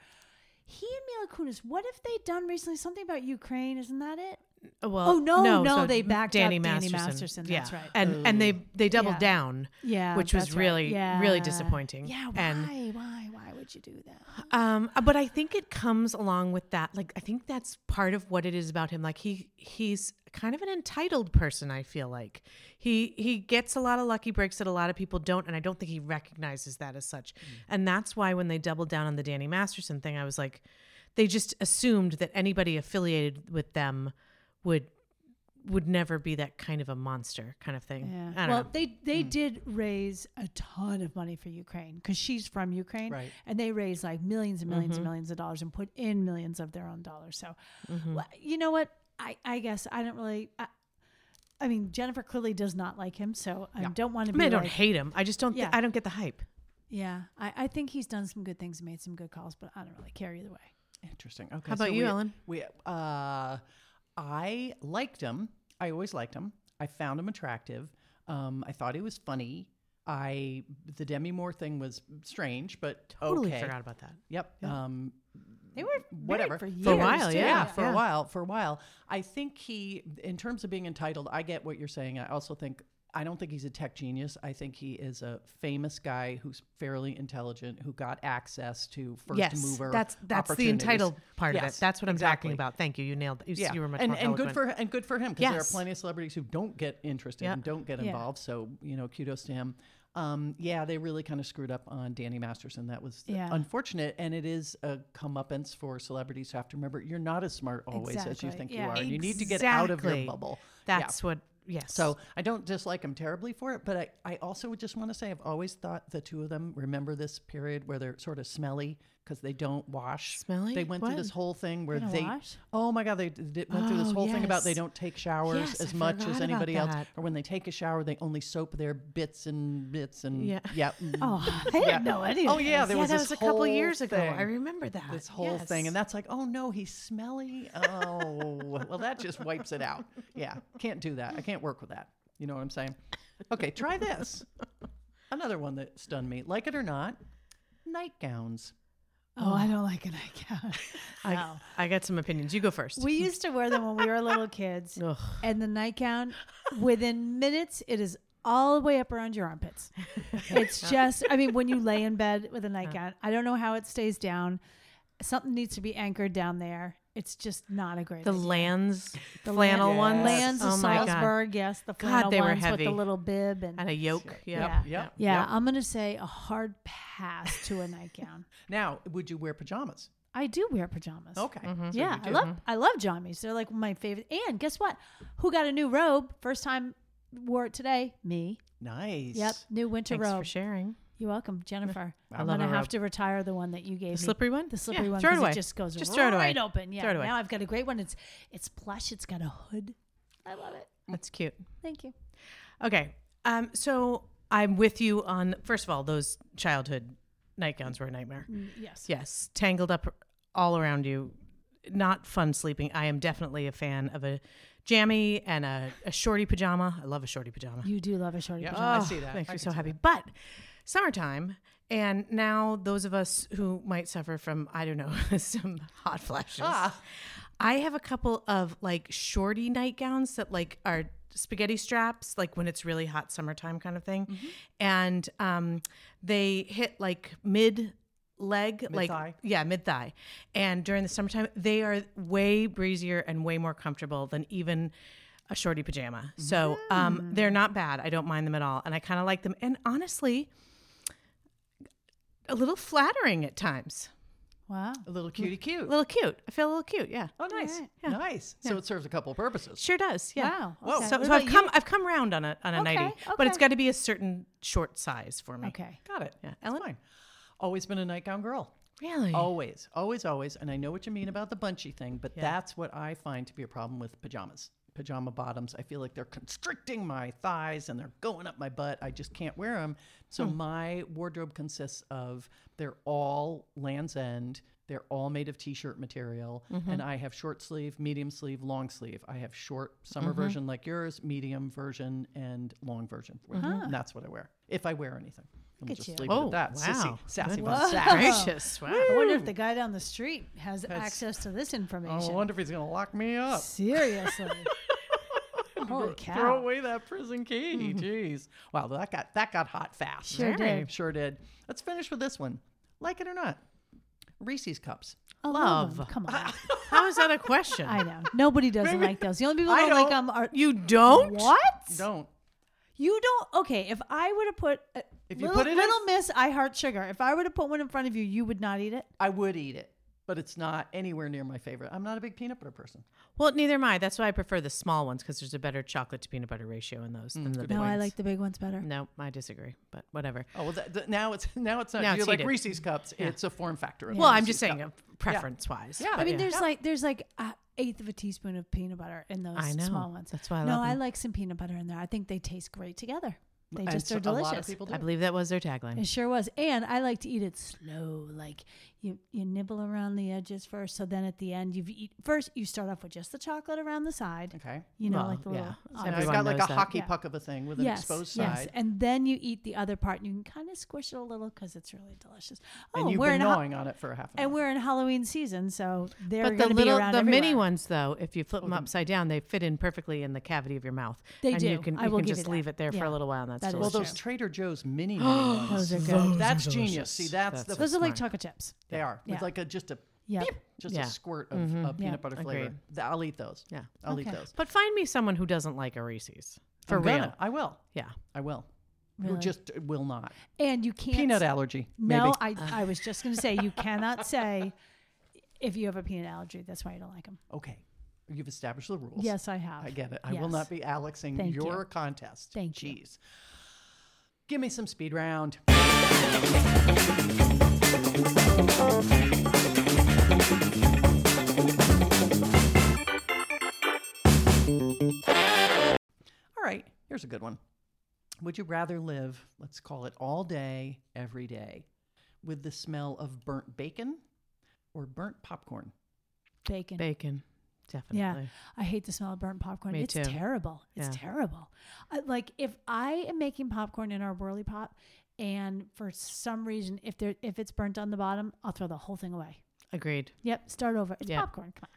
C: He and Mila Kunis. What have they done recently? Something about Ukraine, isn't that it?
A: Uh, Well,
C: Oh, no, no,
A: so
C: they backed
A: Danny
C: up Danny
A: Masterson.
C: Masterson, that's
A: yeah.
C: right.
A: and and they they doubled
C: Yeah.
A: down,
C: Yeah,
A: which was
C: that's right.
A: really really
C: Yeah.
A: disappointing.
C: Yeah, why,
A: and
C: why, why would you do that?
A: Um, but I think it comes along with that. Like, I think that's part of what it is about him. Like, he he's kind of an entitled person. I feel like he he gets a lot of lucky breaks that a lot of people don't, and I don't think he recognizes that as
B: Mm.
A: such. And that's why when they doubled down on the Danny Masterson thing, I was like, they just assumed that anybody affiliated with them would would never be that kind of a monster kind of thing. I don't
C: Well,
A: know. Hmm.
C: they they did raise a ton of money for Ukraine because she's from Ukraine,
B: Right.
C: and they raised like millions and 1000000s and
A: Mm-hmm.
C: millions of dollars and put in millions of their own dollars. So,
A: Mm-hmm.
C: well, you know what? I I guess I don't really. I, I mean, Jennifer clearly does not like him, so I don't want to
A: I
C: be.
A: mean, I don't
C: like-
A: hate him. I just don't. thi-
C: Yeah.
A: I don't get the hype.
C: yeah, I, I think he's done some good things and made some good calls, but I don't really care either way.
B: Interesting. Okay.
A: How about you,
B: we,
A: Ellen?
B: We uh, I liked him. I always liked him. I found him attractive. Um, I thought he was funny. I the Demi Moore thing was strange, but
A: Totally
B: okay.
A: forgot about that.
B: Yep. Um,
C: They were married
B: whatever
C: for years
A: For a while,
C: too.
A: yeah.
B: for
A: yeah.
B: a while, for a while. I think he, in terms of being entitled, I get what you're saying. I also think I don't think he's a tech genius. I think he is a famous guy who's fairly intelligent, who got access to first
A: yes,
B: mover.
A: That's that's the
B: opportunities.
A: entitled part of
B: Yes,
A: it. That's what I'm
B: exactly.
A: talking about. Thank you. You nailed. You,
B: Yeah,
A: you were much
B: and,
A: more
B: and good
A: eloquent.
B: for and good for him because there are
A: Yes.
B: plenty of celebrities who don't get interested
A: Yeah.
B: and don't get
C: Yeah.
B: involved. So you know, kudos to him. Um, yeah, they really kind of screwed up on Danny Masterson. That was
C: Yeah.
B: unfortunate, and it is a comeuppance for celebrities who have to remember you're not as smart always as you
C: Exactly.
B: think you
C: Yeah.
B: are. and You need to get out of your
A: Exactly.
B: bubble. Yeah.
A: That's what. Yes.
B: So I don't dislike them terribly for it, but I, I also would just want to say I've always thought the two of them remember this period where they're sort of smelly because they don't wash.
A: Smelly?
B: They went through this
A: When?
B: whole thing where
C: don't
B: they.
C: wash?
B: Oh my God! They d- d- went through this
A: Oh,
B: whole thing about they
A: yes.
B: don't take showers
A: Yes,
B: as
A: I
B: much
A: forgot
B: as
A: about
B: anybody else,
A: that.
B: or when they take a shower, they only soap their bits and bits and mm,
A: Yeah.
B: yeah.
C: Oh, I didn't
B: Yeah.
C: know any.
B: Oh yeah, there
A: yeah,
B: was
A: that
B: this
A: was a couple
B: whole
A: years ago. I
B: thing
A: remember that.
B: this whole thing and that's like oh no he's smelly oh well that just wipes it out yeah can't do that i can't work with that you know what i'm saying okay try this another one that stunned me like it or not nightgowns
C: Oh, I don't like a nightgown.
A: I,
C: Wow.
A: I got some opinions. You go first.
C: We used to wear them when we were little kids,
A: Ugh.
C: and the nightgown, within minutes, it is all the way up around your armpits. It's just, I mean, when you lay in bed with a nightgown, I don't know how it stays down. Something needs to be anchored down there. It's just not a great.
A: the
C: idea.
A: lands
C: The
A: flannel
B: Lan-
A: ones.
C: Lands
A: oh
C: of
A: my God.
C: Salzburg, yes, the
A: God,
C: flannel
A: they were
C: ones with
A: heavy.
C: the little bib and
A: and a yoke. Yeah.
C: Yeah.
B: yep
C: yeah.
B: yep.
C: I'm gonna say a hard pass to a nightgown.
B: now would you wear pajamas
C: I do wear pajamas.
A: Oh,
B: okay
A: Mm-hmm.
B: so
C: yeah,
B: you
C: I
B: do.
C: love I love jammies. They're like my favorite. And guess what? Who got a new robe? First time wore it today. Me.
B: nice
C: Yep. New winter
A: Thanks
C: robe.
A: for sharing.
C: You're welcome, Jennifer.
B: I
C: I'm
A: love
C: gonna
A: a
C: have
A: robe.
C: to retire the one that you gave
A: The
C: me.
A: slippery one?
C: The slippery
A: Yeah,
C: one.
A: throw it
C: 'cause
A: away.
C: just goes
A: Just
C: right
A: throw it away.
C: open. Yeah.
A: Throw it away.
C: Now I've got a great one. It's it's plush. It's got a hood. I love it.
A: That's cute.
C: Thank you.
A: Okay. Um, so I'm with you on, first of all, those childhood nightgowns were a nightmare.
C: Yes.
A: Yes. Tangled up all around you. Not fun sleeping. I am definitely a fan of a jammy and a, a shorty pajama. I love a shorty pajama.
C: You do love a shorty
B: Yep.
C: pajama.
B: I
A: Oh,
B: see that.
A: Makes
B: I
A: me
B: can
A: so
B: see
A: happy. But summertime, and now those of us who might suffer from, I don't know, some hot flashes.
B: Ah.
A: I have a couple of like shorty nightgowns that like are spaghetti straps, like when it's really hot summertime kind of thing.
B: Mm-hmm.
A: And um, they hit like mid leg
B: Mid-thigh?
A: like yeah mid thigh and during the summertime they are way breezier and way more comfortable than even a shorty pajama so um
C: Hmm.
A: they're not bad i don't mind them at all and i kind of like them and honestly a little flattering at times
C: Wow.
B: a little cutie
A: a
B: cute
A: little cute i feel a little cute yeah
B: oh nice
C: Alright.
B: nice so it serves a couple purposes
A: sure does yeah
C: Wow.
B: Whoa.
C: Okay.
A: so,
C: What
A: so I've
C: about
A: come I've come round on a on a
C: Okay,
A: nighty, but it's
C: okay.
A: got to be a certain short size for
C: you?
A: me.
C: Okay.
B: got it
A: Yeah.
B: ellen fine. always been a nightgown girl
A: Really?
C: Oh,
B: Always, always, always. And I know what you mean about the bunchy thing, but
A: Yeah.
B: that's what I find to be a problem with pajamas. Pajama bottoms. I feel like they're constricting my thighs and they're going up my butt. I just can't wear them. So
A: Hmm.
B: my wardrobe consists of they're all Land's End. They're all made of t-shirt material,
A: Mm-hmm.
B: and I have short sleeve, medium sleeve, long sleeve. I have short summer
A: Mm-hmm.
B: version like yours, medium version, and long version. And that's what I wear if I wear anything. Let me
C: at
B: just
C: you.
B: leave it
A: Oh
B: at that.
A: wow!
B: Sissy, sassy,
A: Goodness
B: bun, sass.
A: gracious! Wow.
C: I wonder if the guy down the street has
B: That's-
C: access to this
B: I
C: information.
B: wonder if he's gonna lock me up.
C: Seriously. Holy
B: Throw
C: cow.
B: away that prison key. Jeez. Wow, that got that got hot fast.
C: Mm-hmm. Sure
A: Very.
C: did.
B: Sure did. Let's finish with this one. Like it or not. Reese's cups.
C: I love. them.
A: Love.
C: Come on.
A: How is that a question?
C: I know. Nobody doesn't like those. The only people
B: I
C: that don't like
B: don't.
C: them are.
A: You don't?
C: What?
B: Don't.
C: You don't. Okay, if I were to put. A,
B: If you
C: little,
B: put it in-
C: Little Miss I Heart Sugar, if I were to put one in front of you, you would not eat it?
B: I would eat it, but it's not anywhere near my favorite. I'm not a big peanut butter person.
A: Well, neither am I. That's why I prefer the small ones because there's a better chocolate to peanut butter ratio in those than the big
C: No, I
A: ones.
C: like the big ones better.
B: Mm,
A: No, I disagree, but whatever.
B: Oh well, th- th- now it's now it's not.
A: Now
B: you're
A: it's
B: like
A: heated.
B: Reese's cups. It's a form factor. Of
A: Well, I'm just
B: Reese's
A: saying,
B: cup.
A: uh, preference wise.
B: Yeah.
A: but
C: I mean,
A: yeah.
C: there's like there's like a eighth of a teaspoon of peanut butter in those
A: I know.
C: small ones.
A: That's why I
C: no,
A: love
C: I
A: them.
C: like some peanut butter in there. I think they taste great together. They
B: And
C: just
B: so
C: are delicious.
B: A lot of people do.
A: I believe that was their tagline.
C: It sure was. And I like to eat it slow. Like you, you nibble around the edges first. So then at the end, you've eat first, you start off with just the chocolate around the side.
B: okay.
C: You know,
A: Well,
C: like the
A: yeah.
C: little.
A: So
C: olive-
B: And it's
A: Everyone
B: got like
A: knows
B: a
A: that.
B: hockey
C: Yeah.
B: puck of a thing with an exposed side.
C: yes. And then you eat the other part and you can kind of squish it a little because it's really delicious. Oh,
B: and you've
C: we're in
B: been
C: ha-
B: gnawing on it for a half an hour.
C: and we're in Halloween season, so they're
A: but the
C: gonna
A: little,
C: be around
A: the mini
C: everywhere.
A: ones though, if you flip them upside down, they fit in perfectly in the cavity of your mouth.
C: They
A: and
C: do.
A: You can,
C: I
A: you
C: will
A: can
C: give you
A: just
C: that.
A: leave it there for
C: Yeah.
A: a little while, and that's
C: That is
B: Well,
A: delicious.
B: those Trader Joe's mini mini ones.
C: Those are good.
B: That's
A: are delicious.
B: genius. See, that's,
A: That's
B: the
C: Those are like
A: Smart.
C: chocolate chips.
B: they are.
C: Yeah.
B: It's like a just a
C: Yeah.
B: beep, just
A: Yeah.
B: a squirt of, of peanut
C: Yeah.
B: butter flavor.
A: Agreed.
B: Th- I'll eat those.
A: yeah.
B: I'll eat
C: Okay.
B: those.
A: But find me someone who doesn't like a Reese's for
B: I'm
A: real.
B: gonna. I will.
A: Yeah.
B: I will. who just uh, will not.
C: and you can't
B: Peanut allergy, maybe.
C: No, I, I was just going to say you cannot say if you have a peanut allergy. That's why you don't like them.
B: okay, you've established the rules.
C: Yes, I have.
B: I get it. I will not be Alexing
C: Thank
B: your
C: you.
B: contest.
C: Thank you.
B: Jeez. Give me some speed round. All right, here's a good one. Would you rather live, let's call it all day, every day, with the smell of burnt bacon or burnt popcorn?
C: bacon.
A: Bacon, definitely.
C: Yeah. I hate the smell of burnt popcorn.
A: Me
C: it's
A: too.
C: terrible. It's
A: Yeah.
C: terrible. I, like if I am making popcorn in our whirly pop, and for some reason, if there if it's burnt on the bottom, I'll throw the whole thing away.
A: Agreed.
C: Yep, start over. It's
A: Yep.
C: popcorn. Come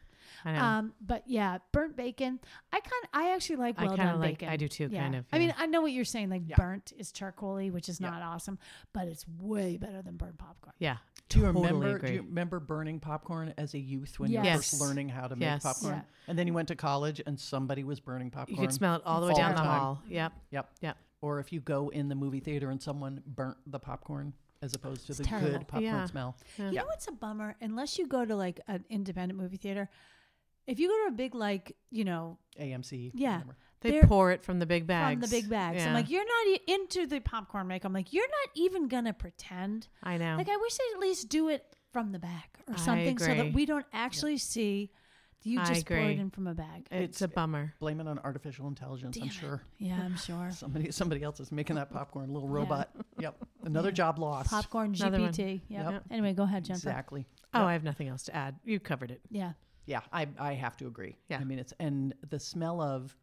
A: I know.
C: on. Um, but yeah, burnt bacon. I kind I actually like
A: I
C: well
A: kind
C: done
A: of like.
C: bacon.
A: I do too.
C: Yeah.
A: Kind of.
C: I mean,
A: yeah.
C: I know what you're saying. Like
B: Yeah.
C: burnt is charcoaly, which is
B: Yeah.
C: not awesome, but it's way better than burnt popcorn.
A: yeah.
B: Do you
A: Totally
B: remember?
A: agree.
B: Do you remember burning popcorn as a youth when you were
A: Yes.
B: first learning how to
A: Yes.
B: make popcorn?
C: Yeah.
B: And then you went to college and somebody was burning popcorn.
A: You could smell it all the way
B: All
A: down
B: the
A: the
B: time.
A: hall. Yep.
B: Yep.
A: Yep.
B: Or if you go in the movie theater and someone burnt the popcorn as opposed to
C: It's
B: the
C: terrible.
B: good popcorn
A: Yeah.
B: smell.
C: You know what's a bummer? Unless you go to like an independent movie theater, if you go to a big like you know
B: AMC.
C: Yeah.
B: whatever.
A: They
C: They're-
A: pour it from the big bags.
C: from the big bags,
A: Yeah.
C: I'm like, you're not e- into the popcorn maker. I'm like, you're not even gonna pretend.
A: I know.
C: Like I wish they at least do it from the back or
A: I
C: something, so that
A: agree.
C: we don't actually see you
A: I
C: just pour it
A: agree.
C: in from a bag.
A: it's a bummer.
B: Blame it on artificial intelligence,
C: Damn
B: I'm
C: it.
B: sure.
C: Yeah, I'm sure.
B: Somebody somebody else is making that popcorn, little robot. Yep. Another job lost.
C: Popcorn
A: Another one.
C: GPT. Yeah.
B: Yep.
C: Anyway, go ahead, Jennifer.
B: exactly.
A: Oh, I have nothing else to add. You covered it.
C: Yeah.
B: Yeah, I, I have to agree.
A: Yeah.
B: I mean, it's, and the smell of,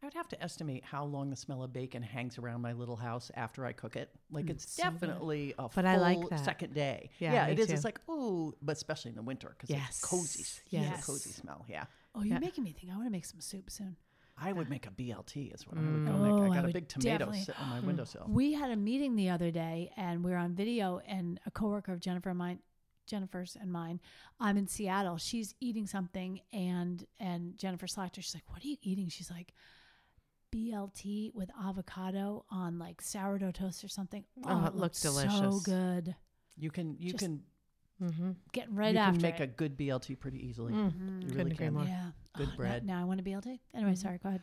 B: I would have to estimate how long the smell of bacon hangs around my little house after I cook it. Like, it's
A: Mm, so good.
B: definitely a
A: But
B: full
A: I like that.
B: second day.
A: Yeah, me
B: it is. It's
A: too.
B: like, oh, but especially in the winter because
A: Yes.
B: it's cozy.
A: Yes.
B: It's a cozy smell. Yeah.
C: Oh, you're
A: Yeah.
C: making me think. I want to make some soup soon.
B: I would make a BLT, is what I
A: Mm.
B: would go make.
C: Oh,
B: I
C: I
B: got a
C: would
B: big tomato
C: definitely-
B: sitting on my windowsill.
C: We had a meeting the other day and we were on video and a coworker of Jennifer and mine Jennifer's and mine, I'm in Seattle. She's eating something and and Jennifer slacked her. She's like, What are you eating? She's like, BLT with avocado on like sourdough toast or something.
A: Oh, it
C: looked
A: looked
C: So
A: delicious.
C: good.
B: You can, you
C: Just
B: can,
A: Mm-hmm.
C: Getting right
B: you
C: after
B: can make
C: it.
B: a good BLT pretty easily. You
A: Mm, Couldn't
B: really
A: agree
B: can.
A: more. Mm-hmm.
C: yeah.
B: good
C: Oh, now-
B: bread.
C: Now, I want a BLT. Anyway, sorry, go ahead.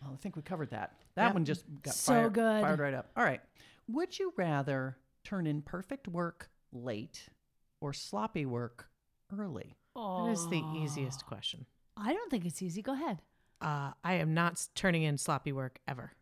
B: Well, I think we covered that. That
A: Yep.
B: one just got
C: So
B: fired,
C: good.
B: fired right up. All right. Would you rather turn in perfect work late or sloppy work early?
C: Oh
A: That is the easiest question.
C: I don't think it's easy. Go ahead.
A: Uh, I am not s- turning in sloppy work ever.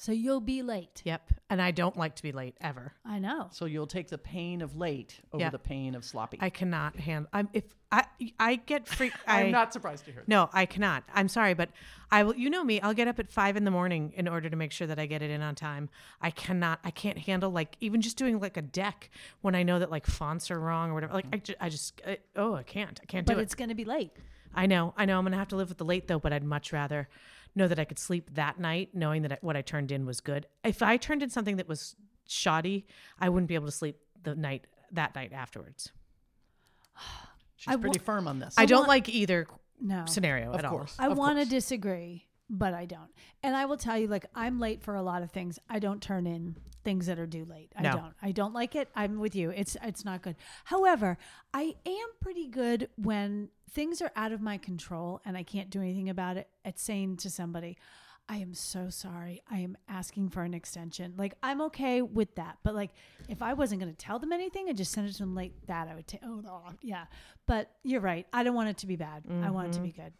C: So you'll be late.
A: Yep. And I don't like to be late ever.
C: I know.
B: So you'll take the pain of late over
A: Yeah.
B: the pain of sloppy.
A: I cannot handle. I'm if I I get freak. I,
B: am not surprised to hear that.
A: No, I cannot. I'm sorry, but I will. You know me. I'll get up at five in the morning in order to make sure that I get it in on time. I cannot. I can't handle like even just doing like a deck when I know that like fonts are wrong or whatever. Like I just, I just I, oh I can't. I can't
C: But
A: do
C: it's
A: it.
C: going to be late.
A: I know. I know. I'm gonna have to live with the late though. But I'd much rather know that I could sleep that night knowing that I, what I turned in was good. If I turned in something that was shoddy, I wouldn't be able to sleep the night that night afterwards.
B: She's
C: I wa-
B: pretty firm on this.
A: I, don't
C: want-
A: like either
C: No.
A: scenario
B: of
A: at all.
B: course.
C: I
B: of
C: want to
B: course.
C: disagree, but I don't. And I will tell you, like, I'm late for a lot of things. I don't turn in things that are due late. I
A: No.
C: don't. I don't like it. I'm with you. It's it's not good. However, I am pretty good when things are out of my control and I can't do anything about it. At saying to somebody, I am so sorry. I am asking for an extension. Like I'm okay with that. But like if I wasn't going to tell them anything and just send it to them like that, I would take. Oh no, yeah. But you're right. I don't want it to be bad. I want it
B: Mm-hmm.
C: to be good.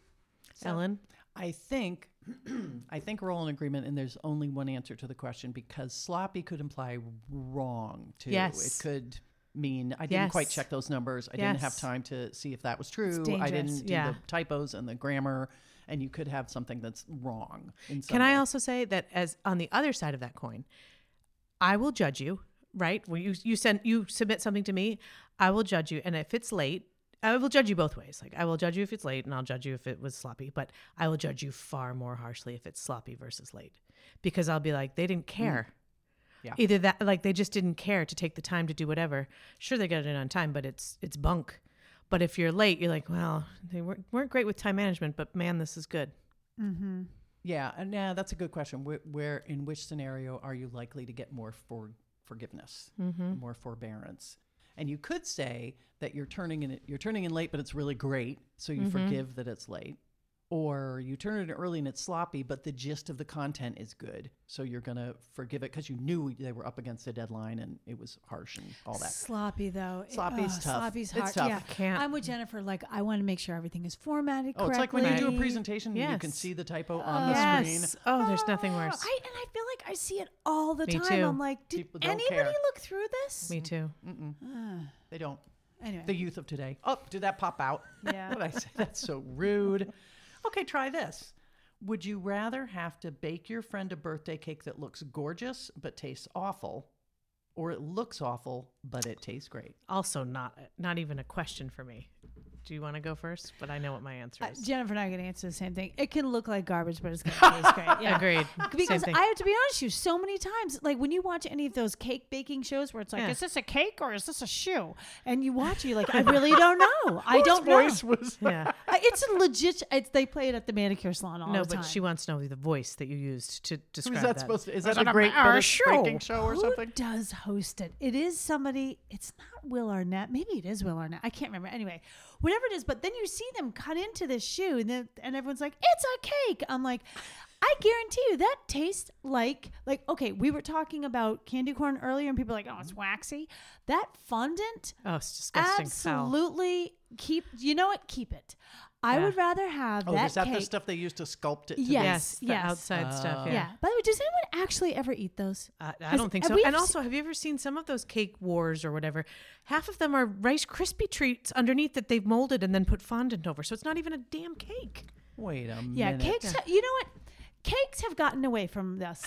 A: Ellen,
B: I think I think we're all in agreement, and there's only one answer to the question because sloppy could imply wrong too.
A: Yes.
B: it could mean I didn't quite
A: Yes.
B: check those numbers. I didn't have
A: Yes.
B: time to see if that was true. I
C: dangerous.
B: didn't do
A: Yeah.
B: the typos and the grammar, and you could have something that's wrong. In some
A: Can I
B: way.
A: also say that as on the other side of that coin, I will judge you, right? When you you send you submit something to me, I will judge you, and if it's late, I will judge you both ways. Like I will judge you if it's late, and I'll judge you if it was sloppy. But I will judge you far more harshly if it's sloppy versus late, because I'll be like they didn't care.
B: Yeah.
A: Either that, like they just didn't care to take the time to do whatever. Sure, they got it in on time, but it's it's bunk. But if you're late, you're like, well, they weren't, weren't great with time management, but man, this is good.
B: Yeah, and now that's a good question. Where, where in which scenario are you likely to get more for forgiveness,
A: Mm-hmm.
B: more forbearance? And you could say that you're turning in you're turning in late, but it's really great, so
A: Mm-hmm.
B: you forgive that it's late. Or you turn it in early and it's sloppy, but the gist of the content is good, so you're gonna forgive it because you knew they were up against the deadline and it was harsh and all that.
C: Sloppy though. It-
B: Sloppy's tough.
C: Sloppy's
B: It's
C: hard.
B: tough.
C: Yeah.
A: Can't-
C: I'm with Jennifer. Like I want to make sure everything is formatted
B: Oh,
C: correctly.
B: it's like when you do a presentation, and you can
A: Yes.
B: see the typo on the
A: yes.
B: screen.
A: Oh, there's nothing
C: Oh,
A: worse.
C: I, and I feel like I see it all the
A: Me
C: time.
A: too.
C: I'm like, did
B: People don't
C: anybody
B: care.
C: look through this?
A: Me too.
C: Ah,
B: They don't.
C: anyway.
B: The youth of today. Oh, did that pop out?
C: Yeah.
B: what I say? That's so rude. Okay, try this. Would you rather have to bake your friend a birthday cake that looks gorgeous but tastes awful, or it looks awful but it tastes great?
A: Also, not not even a question for me. Do you want to go first? But I know what my answer
C: Uh,
A: is.
C: Jennifer and I are going to answer the same thing. It can look like garbage, but it's going to taste great. Yeah.
A: Agreed. Same
C: Because
A: thing.
C: I have to be honest with you, so many times, like when you watch any of those cake baking shows where it's like,
A: Yeah.
C: is this a cake or is this a shoe? And you watch, you're like, I really don't know. I don't know.
B: voice was.
A: yeah.
C: Uh, It's a legit. It's, they play it at the manicure salon all
A: No,
C: the time.
A: but she wants to know the voice that you used to describe
B: Who's that,
A: that.
B: supposed to? Is
A: Is
B: that
A: it
B: a
A: a-
B: great
A: our
B: British
A: show?
B: baking show or
C: Who
B: something?
C: does host it? It is somebody. It's not Will Arnett. Maybe it is Will Arnett. I can't remember. Anyway, whatever it is. But then you see them cut into this shoe, and then and everyone's like, "It's a cake." I'm like, I guarantee you that tastes like like okay. We were talking about candy corn earlier, and people are like, "Oh, it's
B: Mm-hmm.
C: waxy." That fondant
A: Oh, it's disgusting. Foul.
C: absolutely keep. You know what? Keep it. I
A: Yeah.
C: would rather have
B: Oh,
C: that
B: is that
C: cake.
B: the stuff they used to sculpt it? To
C: Yes.
B: be?
A: Yes. The
C: yes.
A: outside stuff.
C: yeah.
A: Yeah.
C: By the way, does anyone actually ever eat those?
A: I, I
C: Has-
A: don't think
C: have
A: so.
C: we
A: And
C: ever
A: also, have you ever seen some of those cake wars or whatever? Half of them are Rice Krispie treats underneath that they've molded and then put fondant over. So it's not even a damn cake.
B: Wait a minute.
C: Yeah, cakes. ha- You know what? Cakes have gotten away from this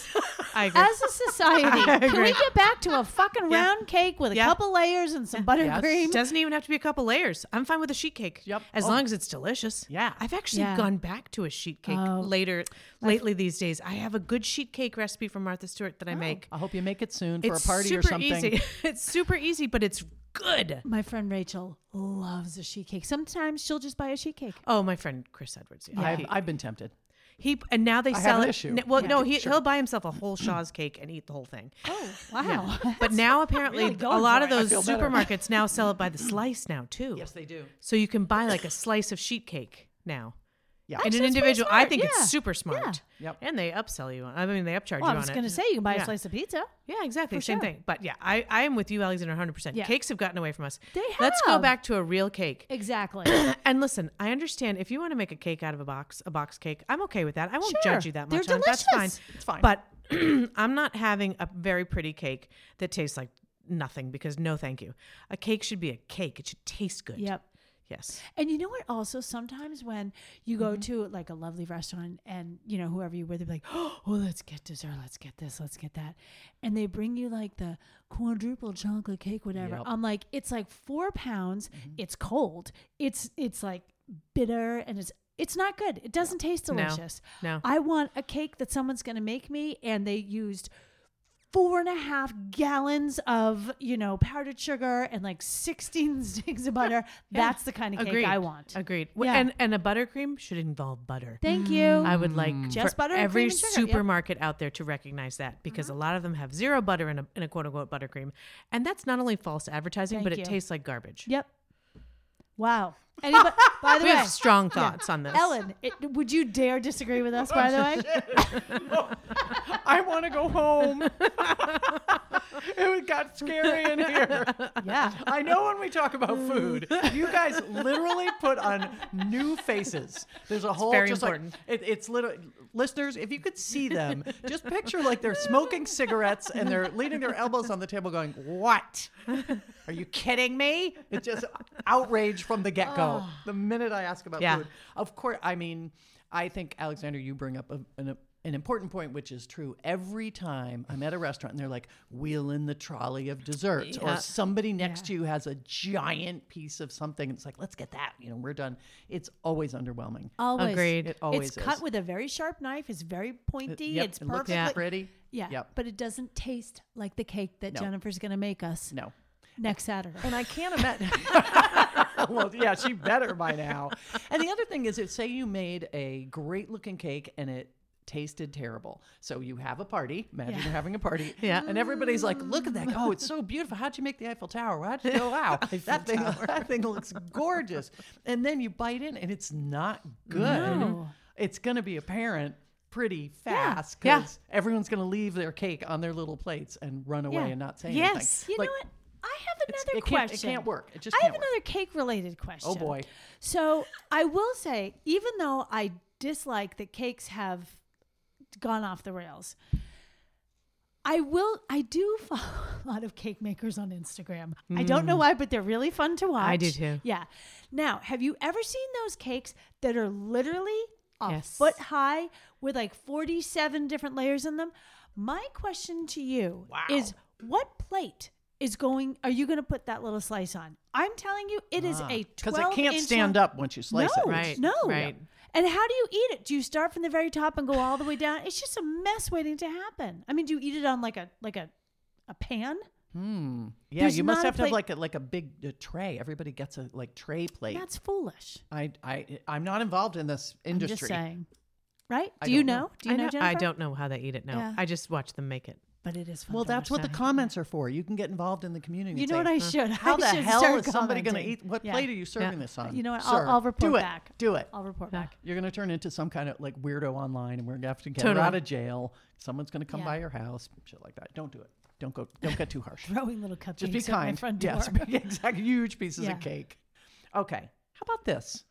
A: I agree.
C: as a society.
A: I
C: Can we
A: agree.
C: get back to a fucking
A: Yeah.
C: round cake with a
A: Yeah.
C: couple layers and some
B: Yes.
C: buttercream?
A: Doesn't even have to be a couple layers. I'm fine with a sheet cake.
B: Yep.
A: As
B: Oh.
A: long as it's delicious.
B: Yeah.
A: I've actually
C: Yeah.
A: gone back to a sheet cake
C: Oh.
A: later lately these days. I have a good sheet cake recipe from Martha Stewart that I make.
B: I hope you make it soon Oh. for
A: It's
B: a party
A: super
B: or something.
A: easy. It's super easy, but it's good.
C: My friend Rachel loves a sheet cake. Sometimes she'll just buy a sheet cake.
A: Oh, my friend Chris Edwards. Yeah.
B: I've, I've been tempted.
A: He and now they
B: I have
A: sell
B: an
A: it.
B: issue.
A: n- Well,
C: Yeah.
A: no, he, he'll buy himself a whole Shaw's cake and eat the whole thing.
C: Oh wow!
A: But now apparently
C: really
A: a
C: going
A: lot
C: for
A: of
C: it. I
A: those
B: feel better.
A: supermarkets now sell it by the slice now too.
B: they do.
A: So you can buy like a slice of sheet cake now.
B: Yeah.
A: and an
C: Actually, it's pretty
A: individual, I
C: smart,
A: think
C: yeah.
A: it's super smart.
B: Yep.
A: And they upsell you on. I mean, they upcharge
C: well, I
A: you
C: was
A: on
C: going to
A: it.
C: say you can buy
A: Yeah.
C: a slice of pizza.
A: yeah, exactly.
C: For
A: Same
C: sure.
A: thing. But yeah, I, I am with you, Alexander, 100%.
C: Yeah.
A: Cakes have gotten away from us.
C: They
A: Let's go
C: have.
A: back to a real cake.
C: Exactly.
A: And listen, I understand if you want to make a cake out of a box, a box cake, I'm okay with that. I won't judge
C: Sure.
A: you that
C: They're
A: much. on it. That's fine.
C: delicious.
B: It's fine.
A: But I'm not having a very pretty cake that tastes like nothing because no, thank you. A cake should be a cake. It should taste good.
C: yep.
A: Yes.
C: And you know what? Also, sometimes when you go to like a lovely restaurant and you know whoever you're with, they're like, "Oh, let's get dessert. Let's get this. Let's get that," and they bring you like the quadruple chocolate cake, whatever.
B: Yep.
C: I'm like, it's like four pounds. It's cold. It's it's like bitter, and it's it's not good. It doesn't taste
A: No.
C: delicious.
A: No.
C: I want a cake that someone's going to make me, and they used four and a half gallons of you know powdered sugar and like 16 sticks of butter that's the kind of cake
A: Agreed.
C: i want
A: Agreed. W-
C: Yeah.
A: And and a buttercream should involve butter.
C: thank you
B: Mm.
A: I would like
C: Just
A: for
C: butter and
A: every
C: cream and sugar, yep. Mm-hmm.
A: supermarket out there to recognize that because a lot of them have zero butter in a, in a quote unquote buttercream, and that's not only false advertising,
C: Thank
A: but
C: you.
A: it tastes like garbage.
C: yep wow Anybody, by the
A: We
C: way
A: have strong thoughts on this.
C: ellen it, would you dare disagree with us by the way
B: I want to go home. it got scary in here.
C: yeah
B: I know when we talk about food, you guys literally put on new faces. There's a whole
A: very
B: just
A: important.
B: like it, it's literally listeners. If you could see them, just picture like they're smoking cigarettes and they're leaning their elbows on the table, going, "What? Are you kidding me?" It's just outrage from the get go. The minute I ask about
A: Ah. Yeah.
B: food, of course. I mean, I think Alexander, you bring up a, an. An important point, which is true, every time I'm at a restaurant and they're like, wheel in the trolley of desserts,
A: Yeah.
B: or somebody next to you has a giant piece of something. It's like, let's get that. You know, we're done. It's always underwhelming.
C: always
A: Agreed.
B: It always
C: Um, it's cut
B: is.
C: with a very sharp knife it's very pointy
B: Yep,
C: it's
B: it looks
C: perfectly
B: pretty.
C: yeah
B: Yep.
C: but it doesn't taste like the cake that
B: No.
C: jennifer's gonna make us
B: No.
C: next saturday
B: And I can't imagine. well, yeah, she better by now. And the other thing is, if say you made a great looking cake and it tasted terrible. So you have a party. Imagine
C: Yeah.
B: you're having a party.
A: Yeah.
B: And everybody's like, look at that. Oh, it's so beautiful. How'd you make the Eiffel Tower? How'd you go? Wow. that, thing, that thing looks gorgeous. And then you bite in and it's not good.
C: No.
B: It's going to be apparent pretty fast
A: Yeah.
B: because everyone's going to leave their cake on their little plates and run away
A: Yeah.
B: and not say
A: Yes.
C: You
B: anything. Like,
C: know what? I have
B: it's-
C: another
B: it
C: question.
B: Can't, it can't work. It just
C: I have
B: can't work.
C: another cake related question.
B: Oh, boy.
C: So I will say, even though I dislike that cakes have gone off the rails, I will. I do follow a lot of cake makers on Instagram. I don't know why, but they're really fun to watch.
A: Mm. I do too.
C: Yeah. Now, have you ever seen those cakes that are literally a
A: Yes.
C: foot high with like forty-seven different layers in them? My question to you is: What plate? Is going? Are you going to put that little slice on? I'm telling you, it is a
A: Ah.
B: Because
C: twelve.
B: it can't
C: inch
B: stand
C: long-
B: up once you slice
C: no,
B: it.
A: Right,
C: No.
A: right.
C: And how do you eat it? Do you start from the very top and go all the way down? It's just a mess waiting to happen. I mean, do you eat it on like a like a a pan?
B: Yeah,
C: There's
B: you must
C: not a
B: have to have
C: plate-
B: like a like a big uh tray. Everybody gets a like tray plate.
C: That's foolish.
B: I I I'm not involved in this industry.
C: I'm just saying. Right?
B: I
C: Do you
B: don't
C: know?
B: know.
C: Do you
A: I
C: know, Jennifer?
A: I don't know how they eat it now.
C: Yeah.
A: I just watch them make it.
C: But it is fun.
B: Well,
C: to
B: that's
C: watch
B: what the
C: them.
B: comments are for. You can get involved in the community.
C: You
B: and
C: know what
B: say,
C: I should?
B: How
C: I
B: the
C: should
B: hell
C: start
B: is somebody going to
C: commenting.
B: eat? What
C: Yeah.
B: plate are you serving
A: Yeah.
B: this on?
C: You know what? I'll-
B: Sir,
C: I'll report
B: do
C: back.
B: It, do it.
C: I'll report back.
B: You're going to turn into some kind of like weirdo online, and we're going to have to get her
A: Totally.
B: out of jail. Someone's going to come
C: Yeah.
B: by your house, shit like that. Don't do it. Don't go. Don't get too harsh.
C: Throwing little cupcakes
B: Just be
C: at my
B: kind.
C: front door.
B: yes, exactly. Huge pieces
C: Yeah.
B: of cake. Okay. How about this?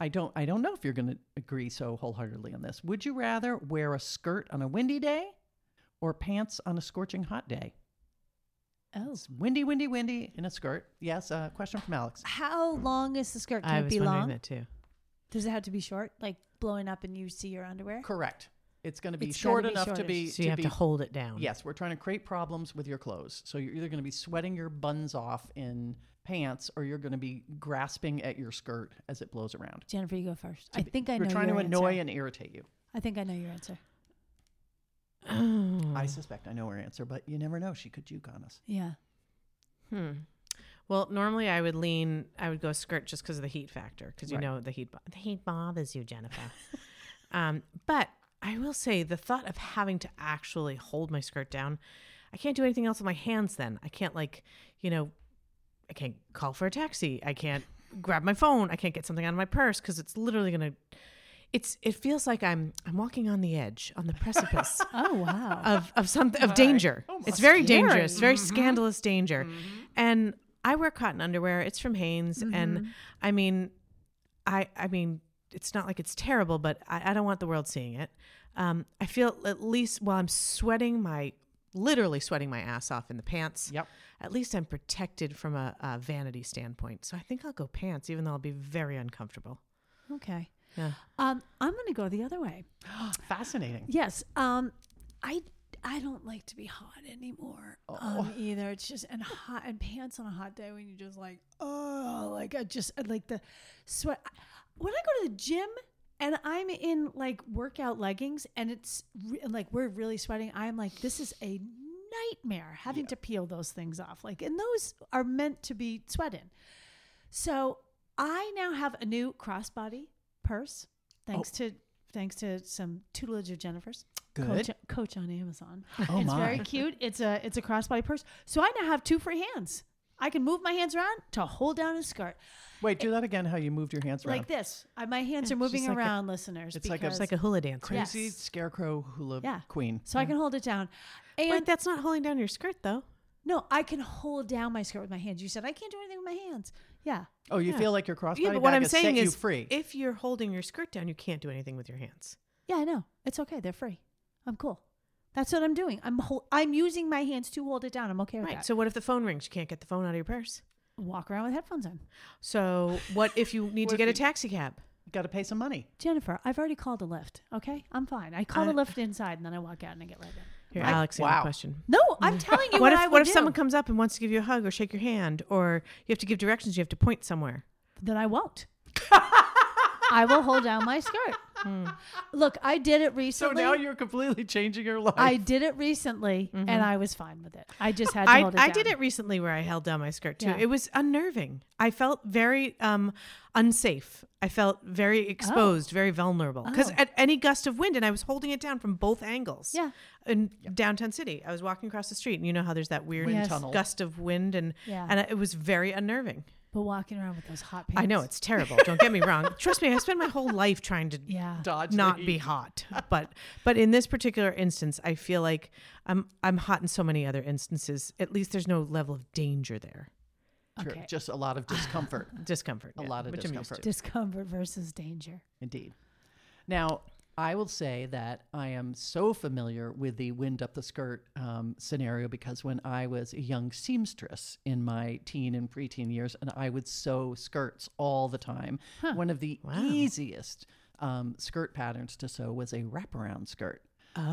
B: I don't. I don't know if you're going to agree so wholeheartedly on this. Would you rather wear a skirt on a windy day, or pants on a scorching hot day?
C: Oh.
B: It's windy, windy, windy in a skirt. Yes. Uh, question from Alex.
C: How long is the skirt? Can
A: I
C: it
A: was
C: be
A: wondering
C: long?
A: that too.
C: Does it have to be short? Like blowing up and you see your underwear?
B: Correct. It's going to be
C: It's gotta
B: short
C: be
B: enough to
C: shortish.
B: be.
A: So you have
B: be,
A: to hold it down.
B: Yes, we're trying to create problems with your clothes. So you're either going to be sweating your buns off in pants, or you're going to be grasping at your skirt as it blows around.
C: Jennifer, you go first. I think I know
B: We're trying
C: your
B: to annoy
C: answer.
B: and irritate you.
C: I think I know your answer.
B: I suspect I know her answer, but you never know. She could juke on us.
C: Yeah.
A: Hmm. Well, normally I would lean, I would go skirt just because of the heat factor, because you
B: Right.
A: know the heat, bo- the heat bothers you, Jennifer. um, but I will say the thought of having to actually hold my skirt down, I can't do anything else with my hands. Then I can't like, you know, I can't call for a taxi. I can't grab my phone. I can't get something out of my purse because it's literally gonna. It's it feels like I'm I'm walking on the edge, on the precipice
C: Oh wow.
A: of of something of danger. It's
C: Oh, Scary.
A: very
C: Mm-hmm.
A: dangerous, very scandalous danger. And I wear cotton underwear. It's from Hanes,
C: Mm-hmm.
A: and I mean, I I mean, it's not like it's terrible, but I, I don't want the world seeing it. Um, I feel at least while I'm sweating my literally sweating my ass off in the pants.
B: Yep.
A: At least I'm protected from a, a vanity standpoint. So I think I'll go pants, even though I'll be very uncomfortable.
C: okay.
A: Yeah.
C: Um, I'm going to go the other way.
B: Fascinating.
C: Yes. Um, I I don't like to be hot anymore um, either. It's just and hot and pants on a hot day when you just like oh like I just I like the sweat. When I go to the gym and I'm in like workout leggings and it's re- and, like we're really sweating, I'm like this is a nightmare having to peel those things off. Like and those are meant to be sweat in. So I now have a new crossbody purse
B: Oh.
C: thanks to thanks to some tutelage of Jennifer's coach,
B: Good.
C: coach on Amazon.
B: Oh
C: it's
B: my.
C: very cute. It's a it's a crossbody purse. So I now have two free hands. I can move my hands around to hold down a skirt
B: Wait, do that again. How you moved your hands around?
C: like this. I, my hands are moving
B: she's like a-
C: around, listeners.
B: it's like a-
A: It's
C: because-
A: like a hula dancer.
C: Yeah.
B: Crazy
C: Yes.
B: scarecrow hula
C: Yeah.
B: queen.
C: so I can hold it down. And
A: Wait, that's not holding down your skirt though.
C: no, I can hold down my skirt with my hands. You said I can't do anything with my hands. Yeah.
B: Oh, you
A: Yeah.
B: feel like your crossbody
A: Yeah, but
B: bag
A: what I'm
B: has set
A: saying
B: you
A: is,
B: free.
A: if you're holding your skirt down, you can't do anything with your hands.
C: Yeah, I know. It's okay. They're free. I'm cool. That's what I'm doing. I'm hol- I'm using my hands to hold it down. I'm okay with
A: Right.
C: that.
A: So what if the phone rings? You can't get the phone out of your purse.
C: walk around with headphones on.
A: So what if you need
B: What
A: to
B: if
A: get a
B: you-
A: taxi cab?
B: Got to pay some money.
C: Jennifer, I've already called a lift. Okay, I'm fine. I call a
A: I-
C: lift inside, and then I walk out and I get right in.
A: Here,
B: Like,
A: Alex, I have
B: wow.
A: a question.
C: No, I'm telling you what,
A: What, if
C: I would
A: what if
C: do.
A: someone comes up and wants to give you a hug or shake your hand or you have to give directions? You have to point somewhere.
C: Then I won't. I will hold down my skirt. Look, I did it
B: So
C: recently.
B: now you're completely changing your life.
C: I did it recently, and I was fine with it. I just had to
A: I,
C: hold it
A: I did
C: down.
A: it recently where I held down my skirt too.
C: Yeah.
A: It was unnerving. I felt very um, unsafe. I felt very exposed, very vulnerable. Because
C: Oh.
A: at any gust of wind, and I was holding it down from both angles.
C: Yeah.
A: In downtown city, I was walking across the street, and you know how there's that weird
B: Wind
C: Yes.
B: tunnel.
A: gust of wind, and
C: Yeah.
A: and it was very unnerving.
C: But walking around with those hot pants.
A: I know it's terrible. Don't get me wrong. Trust me, I spent my whole life trying to
C: Yeah.
B: Dodge
A: not
B: the
A: be hot. But but in this particular instance, I feel like I'm I'm hot in so many other instances. At least there's no level of danger there.
B: Sure,
C: Okay.
B: Just a lot of discomfort.
A: Discomfort.
B: A lot of
A: which I'm used
B: discomfort.
A: to.
C: Discomfort versus danger.
B: Indeed. Now, I will say that I am so familiar with the wind up the skirt um, scenario because when I was a young seamstress in my teen and preteen years, and I would sew skirts all the time, one of the
A: Wow.
B: easiest um, skirt patterns to sew was a wraparound skirt.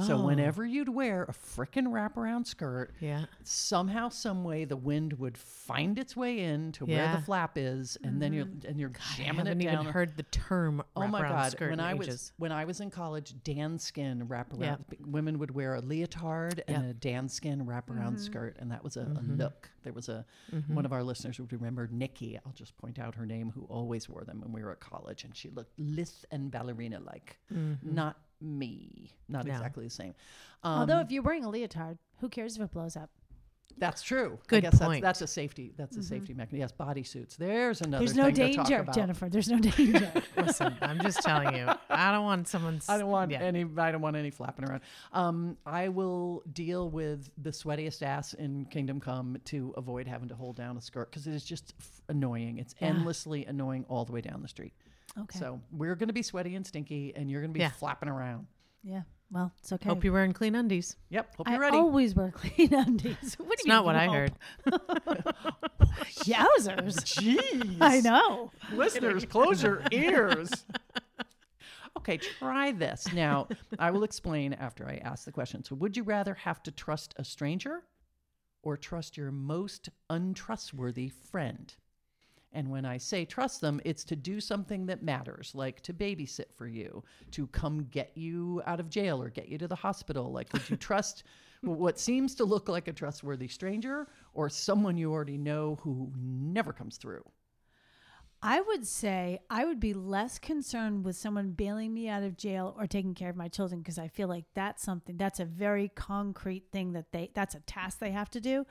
B: So,
A: Oh.
B: whenever you'd wear a frickin' wraparound skirt,
A: Yeah.
B: somehow some way the wind would find its way in to where
A: Yeah. Mm-hmm.
B: the flap is and then you're and you're
A: I
B: jamming it
A: haven't even
B: down
A: heard the term
B: Oh my
A: wraparound
B: god!
A: skirt
B: when
A: in
B: I was
A: ages.
B: when I was in college, dan skin wraparound.
A: Yeah.
B: b- Women would wear a leotard and a dan skin wraparound
C: Mm-hmm.
B: skirt, and that was a,
A: Mm-hmm.
B: a look. There was a one of our listeners would remember Nikki. I'll just point out her name, who always wore them when we were at college, and she looked lithe and ballerina like.
A: Mm-hmm.
B: Not me, not
A: Mm. No.
B: exactly the same.
C: Although
B: Um,
C: if you're wearing a leotard, who cares if it blows up?
B: that's true. I
A: Good
B: guess
A: point.
B: That's, that's a safety. That's
C: Mm-hmm.
B: a safety mechanism. Yes, bodysuits. There's another.
C: There's no
B: thing to talk
C: danger,
B: about.
C: Jennifer. There's no danger.
A: Listen, I'm just telling you. I don't want someone's.
B: I don't want
A: yeah.
B: any. I don't want any flapping around. Um, I will deal with the sweatiest ass in Kingdom Come to avoid having to hold down a skirt because it is just f- annoying. It's endlessly annoying all the way down the street.
C: Okay.
B: So we're going to be sweaty and stinky, and you're going to be
A: Yeah.
B: flapping around.
C: yeah. Well, it's okay.
A: Hope you're wearing clean undies.
B: Yep. Hope
C: I
B: you're ready.
C: always wear clean undies. What
A: It's
C: do you
A: not what I
C: hope?
A: heard.
C: Yowzers.
B: Jeez.
C: I know.
B: Listeners, close your ears. Okay, try this. Now, I will explain after I ask the question. So, would you rather have to trust a stranger or trust your most untrustworthy friend? And when I say trust them, it's to do something that matters, like to babysit for you, to come get you out of jail or get you to the hospital. Like, would you trust what seems to look like a trustworthy stranger or someone you already know who never comes through?
C: I would say I would be less concerned with someone bailing me out of jail or taking care of my children because I feel like that's something that's a very concrete thing that they that's a task they have to do.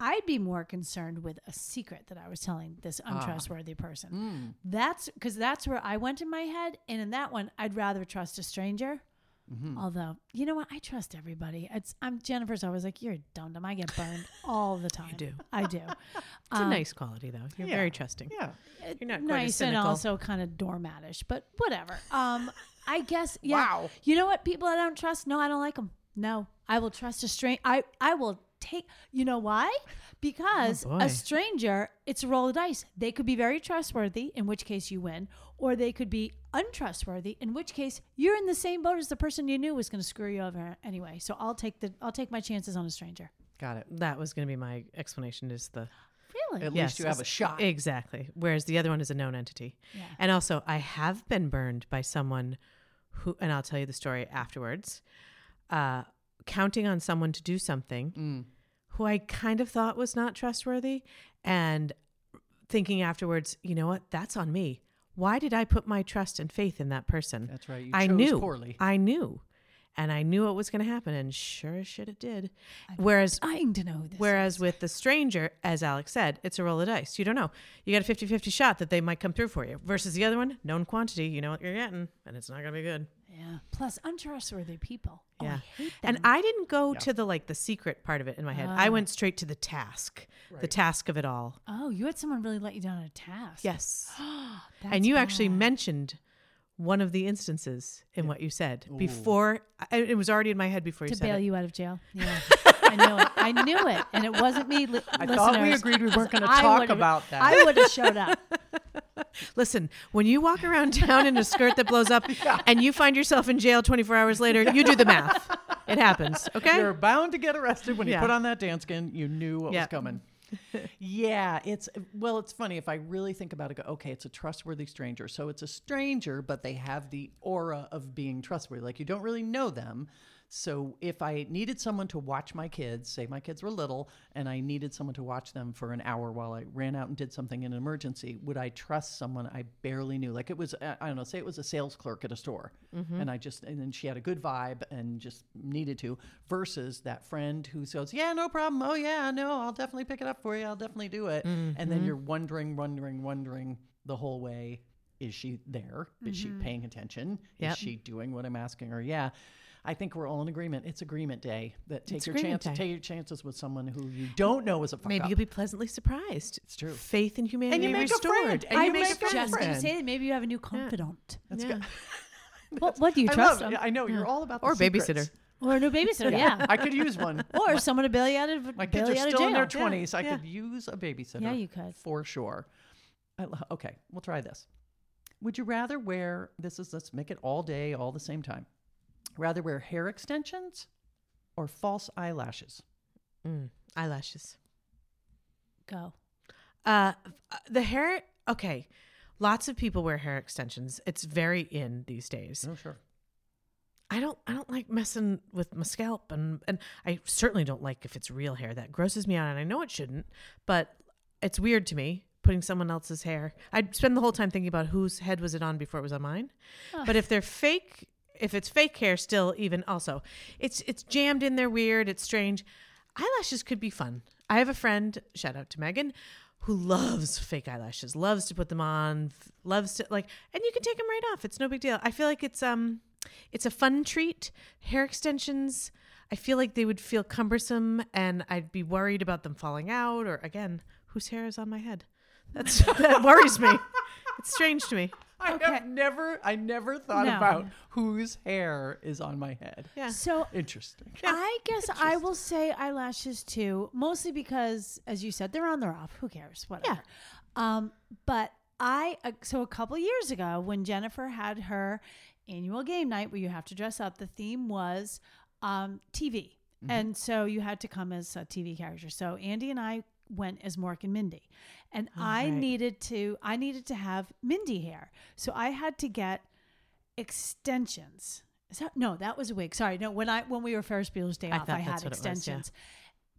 C: I'd be more concerned with a secret that I was telling this untrustworthy person. That's because that's where I went in my head, and in that one, I'd rather trust a stranger. Although you know what, I trust everybody. It's I'm Jennifer's always like you're a dum dum. I get burned all the time.
A: do.
C: I do.
A: It's a nice quality, though. You're
B: Yeah.
A: very trusting.
B: Yeah.
A: You're not quite as
C: Ah. nice and
A: cynical.
C: also kind of doormatish, but whatever. Um, I guess. Yeah.
B: Wow.
C: You know what? People I don't trust. No, I don't like them. No, I will trust a stranger. I I will take. You know why? Because
A: Oh, boy.
C: a stranger, it's a roll of dice. They could be very trustworthy, in which case you win, or they could be untrustworthy, in which case you're in the same boat as the person you knew was going to screw you over anyway. So I'll take the I'll take my chances on a stranger.
B: Got it.
A: That was going to be my explanation. Is the
C: Really?
B: At least
A: Yes,
B: you have a
A: it's-
B: shot.
A: Exactly. Whereas the other one is a known entity. And also, I have been burned by someone who, and I'll tell you the story afterwards, uh, counting on someone to do something
B: Mm.
A: who I kind of thought was not trustworthy and thinking afterwards, you know what? That's on me. Why did I put my trust and faith in that person?
B: That's right. You
A: I
B: chose
A: knew.
B: poorly.
A: I knew. And I knew what was going to happen. And sure as shit, it did. Whereas
C: Dying to know this.
A: Whereas with the stranger, as Alex said, it's a roll of dice. You don't know. You got a 50 50 shot that they might come through for you versus the other one, known quantity. You know what you're getting, and it's not going to be good.
C: Yeah. Plus untrustworthy people. Oh, I
A: Yeah.
C: hate
A: and
C: them.
A: I didn't go to the like the secret part of it in my head. I
C: Ah.
A: went straight to the task, the task of it all.
C: Oh, you had someone really let you down on a task.
A: Yes.
C: That's
A: and you actually
C: bad.
A: mentioned one of the instances in what you said before I, it was already in my head before you
C: to
A: said
C: bail
A: it.
C: you out of jail. Yeah. I knew it. I knew it. And it wasn't me. Li-
B: I thought we
C: listeners.
B: agreed we weren't going to
C: I
B: talk
C: would've-
B: about that.
C: I would have showed up.
A: Listen, when you walk around town in a skirt that blows up and you find yourself in jail 24 hours later, you do the math. It happens, okay?
B: You're bound to get arrested when you
A: Yeah.
B: put on that dance skin. You knew what
A: Yeah.
B: was coming. yeah, it's well, it's funny if I really think about it. Go, okay, it's a trustworthy stranger, so it's a stranger, but they have the aura of being trustworthy. Like you don't really know them. So if I needed someone to watch my kids, say my kids were little, and I needed someone to watch them for an hour while I ran out and did something in an emergency, would I trust someone I barely knew? Like it was, I I don't know, say it was a sales clerk at a store,
A: Mm-hmm.
B: and I just and then she had a good vibe and just needed to, versus that friend who says, yeah, no problem, oh yeah, no, I'll definitely pick it up for you, I'll definitely do it, and
A: Mm-hmm.
B: then you're wondering, wondering, wondering the whole way. Is she there? Is she paying attention?
A: Mm-hmm. Yep.
B: Is she doing what I'm asking her? Yeah. I think we're all in agreement. It's agreement day. That take
A: It's
B: your
A: agreement
B: chances.
A: day.
B: Take your chances with someone who you don't know is a fuck
A: Maybe
B: up.
A: you'll be pleasantly surprised. It's
B: true.
A: Faith in humanity
B: and you make
A: restored.
B: a friend. And
A: I
B: you
A: make
B: make
A: a
B: a
A: friend.
C: Just you
B: friend.
C: say that maybe you have a new confidant.
B: That's
A: Yeah.
B: good.
C: What, what do you
B: I
C: trust?
B: love.
C: them?
B: I know you're all about the
A: Or babysitter.
B: secrets.
C: Or a new babysitter, yeah.
B: I could use one.
C: Or someone to bail you out of,
B: My
C: bail
B: kids are
C: you out of
B: still in their
C: jail.
B: twenties. I
A: yeah.
B: could use a babysitter.
C: Yeah, you could.
B: for sure. I lo- okay, we'll try this. Would you rather wear this? Is let's make it all day, all the same time. Rather wear hair extensions or false eyelashes.
A: Mm, eyelashes.
C: Go.
A: Uh, the hair. Okay, lots of people wear hair extensions. It's very in these days.
B: Oh sure.
A: I don't. I don't like messing with my scalp, and and I certainly don't like if it's real hair. That grosses me out, and I know it shouldn't, but it's weird to me putting someone else's hair. I'd spend the whole time thinking about whose head was it on before it was on mine. But if they're fake, if it's fake hair, still even also, it's it's jammed in there weird. It's strange. Eyelashes could be fun. I have a friend. Shout out to Megan. Who loves fake eyelashes? Loves to put them on. f- Loves to like, and you can take them right off. It's no big deal. I feel like it's um, it's a fun treat. Hair extensions, I feel like they would feel cumbersome and I'd be worried about them falling out or again, whose hair is on my head? That's that worries me. It's strange to me.
B: I have never, I never thought
C: No.
B: about whose hair is on my head.
A: Yeah.
C: So
B: Interesting.
C: I guess I will say eyelashes too, mostly because, as you said, they're on, they're off. Who cares? Whatever. Um, but I, uh, so a couple years ago when Jennifer had her annual game night where you have to dress up, the theme was um, TV. And so you had to come as a TV character. So Andy and I went as Mork and Mindy. And I
A: right.
C: needed to, I needed to have Mindy hair. So I had to get extensions. Is that no? That was a wig. Sorry, no. When I when we were Ferris Bueller's Day
A: I
C: Off,
A: thought
C: I
A: that's
C: had
A: what it was, yeah.
C: extensions,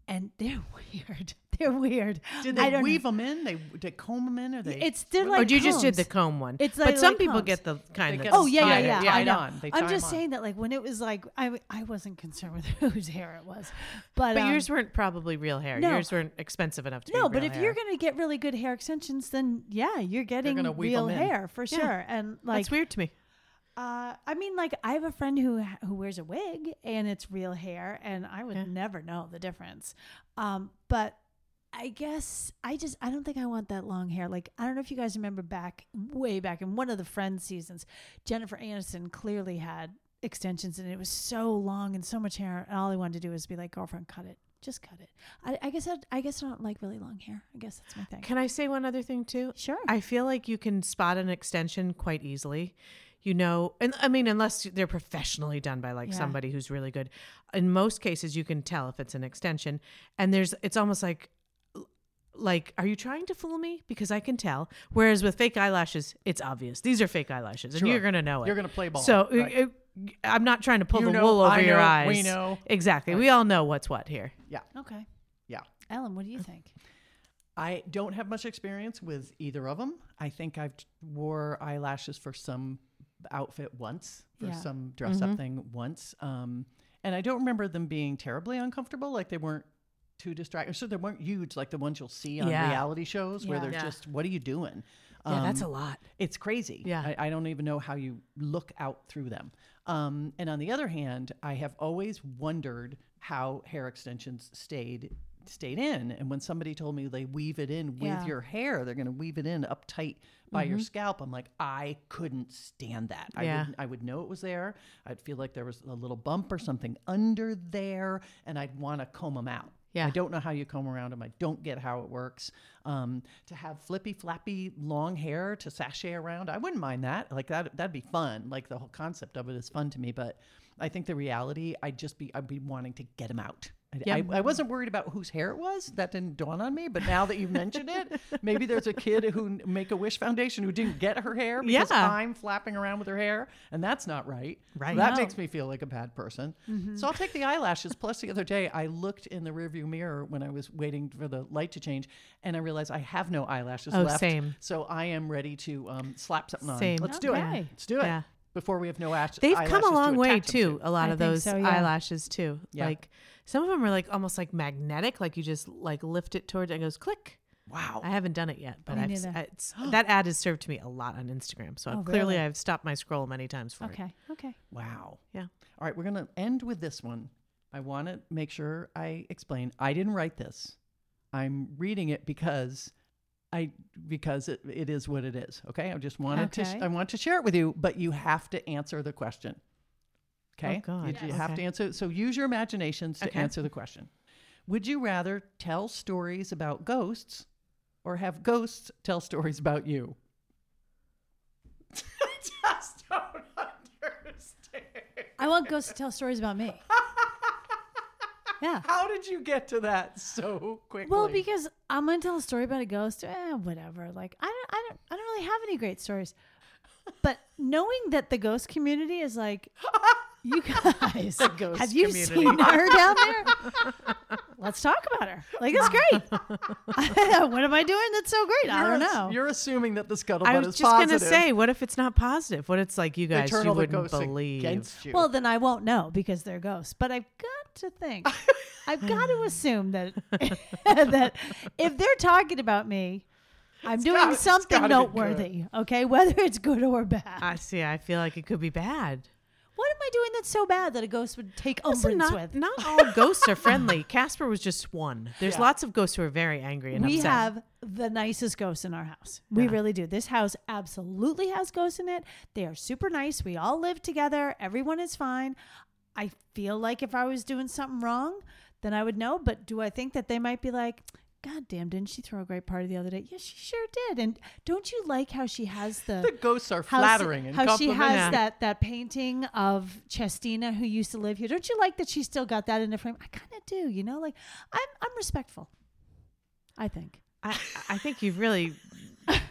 C: and they're weird. They're weird.
B: Did
C: I
B: they
C: don't know.
B: weave them in? They, they comb them in? Or they?
C: It's they're
A: or
C: like.
A: you just did the
C: combs.
A: comb one.
C: It's
A: but
C: like-
A: some
C: like
A: people
C: combs.
A: get the kind
B: They
A: that
B: get
A: that's
C: Oh yeah,
B: tie
C: yeah,
A: tied-
B: it-
C: yeah.
B: tie
C: I
B: it
C: know.
B: on. They tie
C: I'm
B: 'em
C: just
B: on.
C: saying that, like, when it was like, I I wasn't concerned with whose hair it was, but,
A: But
C: um,
A: yours weren't probably real hair.
C: no.
A: Yours weren't expensive enough to be
C: No, but
A: real
C: if you're
A: hair.
C: gonna get really good hair extensions, then yeah, you're getting
B: gonna weave
C: real
B: 'em in.
C: hair for
A: Yeah.
C: sure. And like,
A: that's weird to me.
C: Uh, I mean, like I have a friend who who wears a wig and it's real hair, and I would
A: Yeah.
C: never know the difference. Um, but I guess I just I don't think I want that long hair. Like I don't know if you guys remember back way back in one of the Friends seasons, Jennifer Aniston clearly had extensions, and it was so long and so much hair, and all I wanted to do was be like, "Girlfriend, cut it, just cut it." I, I guess I, I guess I don't like really long hair. I guess that's my thing.
A: Can I say one other thing too?
C: Sure.
A: I feel like you can spot an extension quite easily. You know, and I mean, unless they're professionally done by like
C: Yeah.
A: somebody who's really good. In most cases, you can tell if it's an extension. And there's, it's almost like, like, are you trying to fool me? Because I can tell. Whereas with fake eyelashes, it's obvious. These are fake eyelashes, and
B: Sure.
A: you're gonna know it.
B: You're gonna play ball,
A: So
B: right.
C: uh,
A: it- it- I'm not trying to pull
B: You
A: the
B: know,
A: wool over
B: I
A: your
B: know,
A: eyes.
B: we know.
A: exactly. We all know what's what here.
C: okay,
B: Yeah.
C: Ellen, what do you think?
B: I don't have much experience with either of them. I think I've t- wore eyelashes for some outfit once, for
C: Yeah.
B: some dress
A: Mm-hmm.
B: up thing once. Um, and I don't remember them being terribly uncomfortable. Like they weren't too distracting. So they weren't huge, like the ones you'll see on
A: Yeah.
B: reality shows where
C: Yeah.
B: they're
A: Yeah.
B: just, what are you doing?
A: yeah, that's
B: Um,
A: a lot.
B: it's crazy.
A: Yeah.
B: I, I don't even know how you look out through them. Um, and on the other hand, I have always wondered how hair extensions stayed stayed in. And when somebody told me they weave it in with
C: Yeah.
B: your hair, they're going to weave it in up tight by your scalp. I'm like, I couldn't stand that. I
A: Mm-hmm. Yeah.
B: would, I would know it was there. I'd feel like there was a little bump or something under there, and I'd want to comb them out.
A: Yeah.
B: I don't know how you comb around them. I don't get how it works. Um, to have flippy flappy long hair to sashay around, I wouldn't mind that. Like that, that'd be fun. Like the whole concept of it is fun to me. But I think the reality, I'd just be, I'd be wanting to get them out. I I,
A: Yep.
B: I, I wasn't worried about whose hair it was. That didn't dawn on me. But now that you've mentioned it, maybe there's a kid who Make a Wish Foundation who didn't get her hair because
A: Yeah.
B: I'm flapping around with her hair, and that's not right.
A: Right. Mm-hmm.
B: that
C: No.
B: makes me feel like a bad person. So I'll take the eyelashes. Plus, the other day I looked in the rearview mirror when I was waiting for the light to change, and I realized I have no eyelashes
A: Oh,
B: left.
A: same.
B: So I am ready to um, slap something
A: Same.
B: on. Let's do
C: Okay.
B: it. Let's do it.
A: Yeah.
B: Before we have no ash-
A: They've
B: eyelashes
A: come a long
B: to
A: way
B: attach them to.
A: too. A lot
C: I
A: of
C: think
A: those
C: so, yeah.
A: eyelashes too.
B: Yeah.
A: Like some of them are like almost like magnetic. Like you just like lift it towards and it goes click.
B: Wow.
A: I haven't done it yet, but
C: Me
A: I've, s-
C: neither.
A: it's, that ad has served to me a lot on Instagram. So
C: Oh,
A: clearly,
C: really?
A: I've stopped my scroll many times for it.
C: Okay. Okay.
B: Wow.
A: Yeah.
B: All right, we're going to end with this one. I want to make sure I explain. I didn't write this. I'm reading it because I because it, it is what it is. Okay? I just wanted to
C: Okay.
B: sh- I want to share it with you, but you have to answer the question. Okay?
A: Oh, God.
B: You, you have
A: Okay.
B: to answer. So use your imaginations to
A: Okay.
B: answer the question. Would you rather tell stories about ghosts or have ghosts tell stories about you? I just don't understand.
C: I want ghosts to tell stories about me. Yeah.
B: How did you get to that so quickly?
C: Well, because I'm gonna tell a story about a ghost. Eh, whatever. Like I don't, I don't, I don't really have any great stories. But knowing that the ghost community is like, you guys,
A: ghost
C: have you
A: community.
C: seen her down there? Let's talk about her. Like it's great. what am I doing that's so great? I don't
B: You're ass-
C: know.
B: You're assuming that the scuttlebutt
A: I was
B: is
A: just
B: positive.
A: gonna say, what if it's not positive? What it's like you
B: They
A: guys
B: turn
A: you
B: all the
A: wouldn't
B: ghosts
A: believe.
B: against you.
C: Well, then I won't know because they're ghosts. But I've got to think. I've got to assume that that if they're talking about me, I'm doing
B: gotta- it's
C: something
B: gotta be
C: noteworthy. Okay, whether it's good or bad.
A: I see. I feel like it could be bad.
C: what am I doing that's so bad that a ghost would take
A: Also,
C: umbrage
A: not,
C: with?
A: not all ghosts are friendly. Casper was just one. There's lots of ghosts who are very angry and
C: we
A: upset.
C: have the nicest ghosts in our house. We really do. This house absolutely has ghosts in it. They are super nice. We all live together. Everyone is fine. I feel like if I was doing something wrong, then I would know. But do I think that they might be like, God damn, didn't she throw a great party the other day? Yes, she sure did. And don't you like how she has the
B: the ghosts are
C: how
B: flattering
C: she,
B: and
C: how she has
B: complimentary.
C: that that painting of Chestina who used to live here. Don't you like that she still got that in the frame? I kind of do, you know. Like I'm I'm respectful. I think
A: I, I think you've really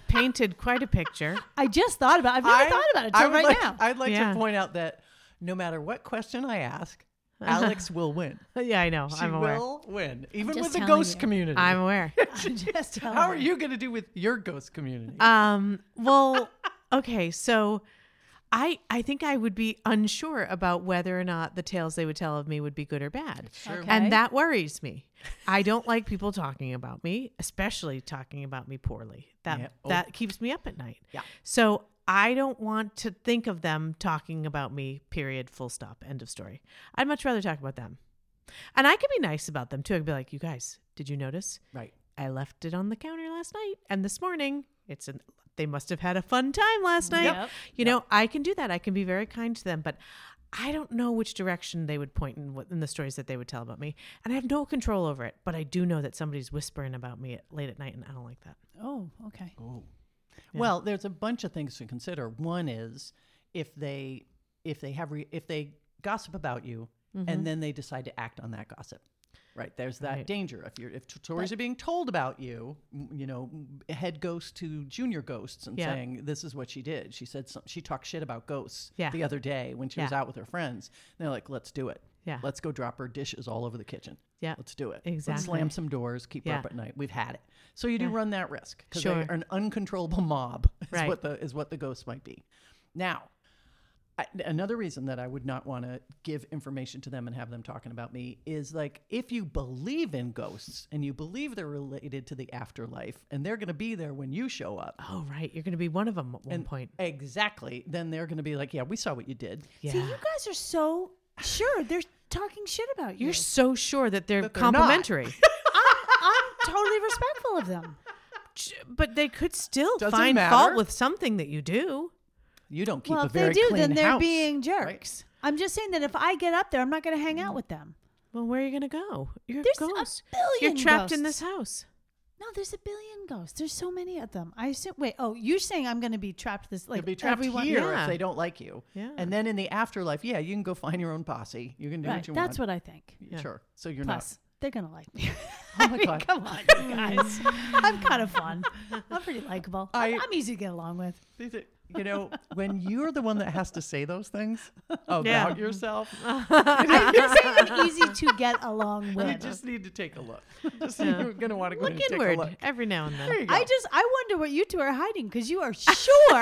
A: painted quite a picture.
C: I just thought about. I've never
B: I-
C: thought about it
B: I
C: till
B: would
C: right
B: like-
C: now.
B: I'd like
A: Yeah.
B: to point out that no matter what question I ask, Alex will win.
A: yeah, I know.
B: She
A: I'm aware.
B: will win, even
C: just
B: with the
C: telling
B: ghost
C: you.
B: community.
A: I'm aware.
C: I'm just telling
B: How are you going to do with your ghost community?
A: Um, well, okay, so I I think I would be unsure about whether or not the tales they would tell of me would be good or bad.
B: Sure.
C: Okay.
A: And that worries me. I don't like people talking about me, especially talking about me poorly. That
B: Yeah. Oh.
A: that keeps me up at night.
B: Yeah.
A: So I don't want to think of them talking about me, period, full stop, end of story. I'd much rather talk about them. And I could be nice about them too. I could be like, you guys, did you notice?
B: Right.
A: I left it on the counter last night and this morning. It's an they must have had a fun time last night.
C: Yep.
A: You know, I can do that. I can be very kind to them, but I don't know which direction they would point in, what, in the stories that they would tell about me, and I have no control over it. But I do know that somebody's whispering about me at, late at night, and I don't like that.
C: Oh, okay.
B: Well, there's a bunch of things to consider. One is if they if they have re, if they gossip about you and then they decide to act on that gossip. Right, there's that
A: Mm-hmm. Right.
B: danger. If you're if t- stories are being told about you, m- you know, m- head ghost to junior ghosts and
A: Yeah.
B: saying this is what she did. She said some, she talked shit about ghosts
A: Yeah.
B: the other day when she was
A: Yeah.
B: out with her friends. And they're like, let's do it.
A: Yeah.
B: let's go drop her dishes all over the kitchen.
A: Yeah.
B: let's do it. Let's
A: Exactly.
B: slam some doors, keep her
A: Yeah.
B: up at night. We've had it. So you do
A: Yeah.
B: run that risk because
A: Sure.
B: they're an uncontrollable mob is
A: Right.
B: what the is what the ghost might be. Now, I, another reason that I would not want to give information to them and have them talking about me is like if you believe in ghosts and you believe they're related to the afterlife and they're going to be there when you show up.
A: Oh right, you're going to be one of them at one
B: and-
A: point.
B: Exactly. Then they're going to be like, "Yeah, we saw what you did."
A: Yeah,
C: See, you guys are so sure. They're talking shit about you.
A: you're so sure that they're
B: That they're not.
A: complimentary,
C: I'm totally respectful of them.
A: Ch- but they could still
B: Doesn't
A: find fault
B: matter.
A: with something that you do.
B: You don't keep
C: well,
B: a
C: if they
B: very
C: do,
B: clean
C: then they're
B: house,
C: being
B: right? Mm.
C: jerks. I'm just saying that if I get up there, I'm not going to hang out with them.
A: Well, where are you going to go? You're
C: There's
A: a ghost.
C: a billion.
A: You're trapped in
C: ghosts.
A: this house.
C: No, there's a billion ghosts. There's so many of them. I assume. Wait. Oh, you're saying I'm going to be trapped this like
B: You'll be trapped
C: everyone.
B: here
A: Yeah.
B: if they don't like you.
A: Yeah.
B: And then in the afterlife, yeah, you can go find your own posse. You can do
C: Right.
B: what you
C: That's
B: want.
C: what I think.
A: Yeah.
B: Sure. So you're
C: Plus, they're going to like me.
B: not. Oh
C: I
B: my
C: mean,
B: god.
C: come on, you guys. I'm kind of fun. I'm pretty likable. I,
B: I-
C: am easy to get along with.
B: These are- You know, when you're the one that has to say those things about
A: Yeah.
B: yourself,
C: I'm just saying easy to get along
B: you
C: with.
B: just need to take a look. Just
A: Yeah.
B: you're gonna want to go
A: Look
B: ahead and take a look.
A: inward every now and
B: There
A: then.
B: you go.
C: I just I wonder what you two are hiding because you are sure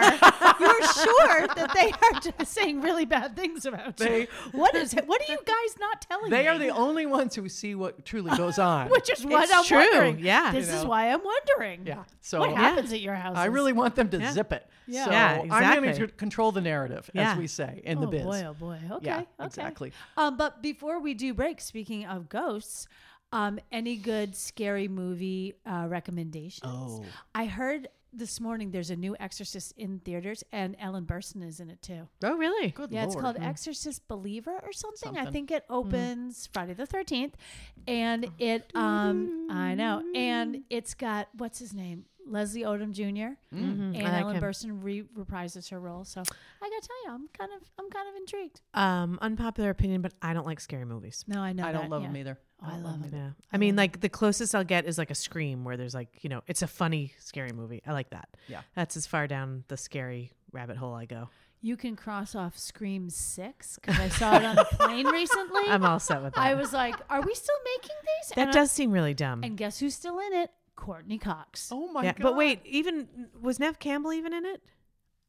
C: you're sure that they are just saying really bad things about you.
B: They-
C: what is it? What are you guys not telling me?
B: they are the only ones who see what truly goes on.
C: which is what
A: It's
C: I'm
A: true,
C: wondering.
A: yeah.
C: this
B: You
C: is
B: know.
C: why I'm wondering.
B: yeah. So
C: what happens at your house?
B: I really want them to
A: Yeah.
B: zip it.
C: Yeah.
B: So
A: Yeah,
B: I'm going
A: exactly.
B: to control the narrative,
A: Yeah.
B: as we say in
C: oh
B: the biz.
C: boy, oh boy. Okay,
B: Yeah,
C: okay.
B: exactly.
C: Um, but before we do break, speaking of ghosts, um, any good scary movie uh, recommendations?
B: Oh.
C: I heard this morning there's a new Exorcist in theaters, and Ellen Burstyn is in it too.
A: Oh, really?
B: Good
C: Yeah, it's
B: Lord.
C: called Exorcist Believer or something. I
B: Something.
C: think it
A: Hmm.
C: opens Friday the thirteenth,
A: Ah.
C: and it um I know, and it's got what's his name Leslie Odom junior
A: Mm,
C: and
A: I like
C: Ellen
A: him.
C: Burstyn re- reprises her role. So I gotta tell you, I'm kind of I'm kind of intrigued.
A: Um, unpopular opinion, but I don't like scary movies.
C: No, I know
B: I don't
C: that,
B: love
C: yeah.
B: them either.
C: Oh, I
B: don't
C: love 'em.
A: Yeah. I mean, like the closest I'll get is like a scream where there's like, you know, it's a funny scary movie. I like that.
B: Yeah.
A: That's as far down the scary rabbit hole I go.
C: You can cross off Scream Six because I saw it on a plane recently.
A: I'm all set with that.
C: I was like, are we still making these?
A: that
C: and I-
A: does seem really dumb.
C: and guess who's still in it? Courtney Cox.
B: Oh my
A: yeah,
B: god.
A: but wait, even was Nev Campbell even in it?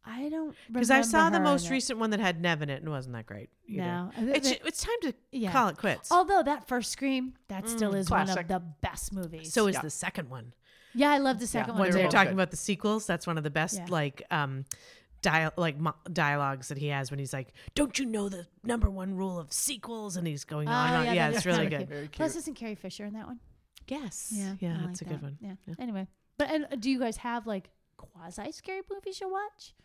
C: I don't
A: Because I
C: remember
A: saw the
C: her in
A: most
C: it.
A: recent one that had Nev in it and wasn't that great. Either.
C: No, I think
A: it's
C: that-
A: it's time to
C: yeah.
A: call it quits.
C: Although that first Scream, that still is one
B: classic.
C: of the best movies.
A: so is
B: yeah.
A: the second one.
C: yeah, I love the second one.
A: When
B: They're
A: they're
B: both
A: talking
B: good.
A: about the sequels, that's one of the best
C: Yeah.
A: like um dial like mo- dialogues that he has when he's like, "Don't you know the number one rule of sequels?" and he's going
C: Oh,
A: on. and on. Yeah,
C: that's
A: it's really
C: kinda
A: good.
C: cute.
B: Very
C: Plus,
B: cute.
C: isn't Carrie Fisher in that one?
A: Yes.
C: Yeah,
A: Yeah,
C: I
A: that's
C: like
A: a good
C: that.
A: one.
C: Yeah.
A: Yeah.
C: Anyway, but and uh, do you guys have like quasi scary movies you watch?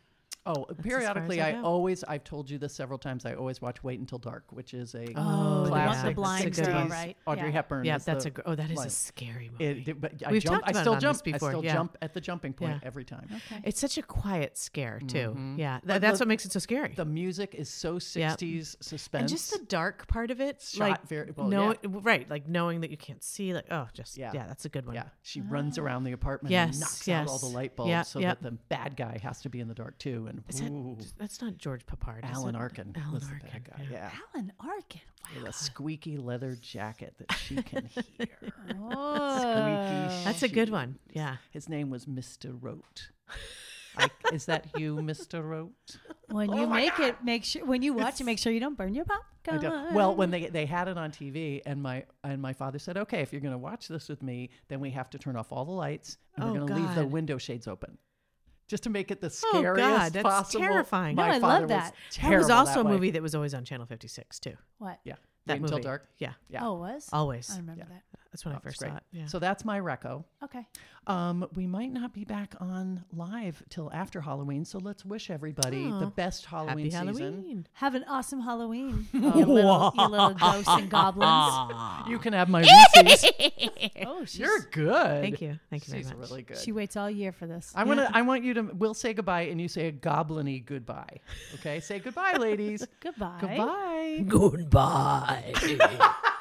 B: Oh,
A: as
B: periodically,
A: far as
B: I,
A: I go.
B: always, I've told you this several times, I always watch Wait Until Dark, which is a
A: Oh,
B: classic
A: yeah. The blind
B: '60s.
A: girl,
C: right?
B: Audrey
C: Yeah.
B: Hepburn.
A: Yeah,
B: is
A: that's
B: the-
A: a gr- oh, that is
B: like-
A: a scary movie.
B: It, it- but I
A: We've
B: jump,
A: talked
B: I
A: about
B: still
A: it on this
B: jump.
A: before,
B: I still
A: yeah.
B: jump at the jumping point
A: Yeah.
B: every time.
C: Okay.
A: it's such a quiet scare too.
B: Mhm.
A: Yeah, Th-
B: But
A: that's
B: look-
A: what makes it so scary.
B: The music is so '60s suspense.
A: and just the dark part of it,
B: Shot
A: like
B: very- well,
A: know
B: yeah.
A: right, like knowing that you can't see, like oh, just yeah,
B: Yeah.
A: that's a good one.
B: yeah, she runs around the apartment and
A: Ah. Yes,
B: knocks out all the
A: yes.
B: light
A: Yeah,
B: bulbs so
A: yeah.
B: that the bad guy has to be in the dark too. And
A: Is that,
B: ooh,
A: that's not George Papard. is
B: Alan
A: it?
B: Arkin
A: Alan
B: was the
A: Arkin,
B: bad guy. Yeah,
A: yeah.
C: Alan Arkin.
B: with a squeaky leather jacket that she can hear.
C: Wow.
B: Squeaky
A: That's a good
B: shoes.
A: one. Yeah.
B: His name was Mr. Rote. Like, is that you, Mr. Rote?
C: when you make it, make sure when you watch it, make sure you don't burn your
B: I
C: popcorn.
B: don't- Well, when they they had it on TV, and my and my father said, "Okay, if you're going to watch this with me, then we have to turn off all the lights, and
A: Oh,
B: we're going to leave the
A: God.
B: window shades open." Just to make it the
A: Oh, God,
B: scariest
A: that's
B: possible.
A: terrifying.
C: No,
B: My
C: I love
B: father was
C: that.
A: That was
B: terrible
A: also
B: that
A: a
B: way.
A: movie that was always on Channel 56 too.
C: what?
B: Yeah,
A: That
B: Wait Until
A: movie.
B: Dark.
A: Yeah. Um,
B: Yeah.
C: Oh, it was
A: Always.
C: I remember
B: Yeah.
C: that.
A: That's when
B: Oh,
A: I
B: it's
A: first
B: great.
A: saw it. Yeah.
B: So that's my reco.
C: Okay.
B: Um, we might not be back on live till after Halloween, so let's wish everybody the
A: Oh.
B: best Halloween
A: Happy
B: season.
A: Halloween.
C: Have an awesome Halloween, you, little, you little ghosts and goblins.
B: You can have my Reese's.
C: oh, she's,
B: You're good.
A: Thank you. Thank you very
B: She's
A: much.
B: really good.
C: she waits all year for this.
B: I want to. I want you to. We'll say goodbye, and you say a gobliny goodbye. Okay, say goodbye, ladies.
C: Goodbye.
B: goodbye.
A: Goodbye.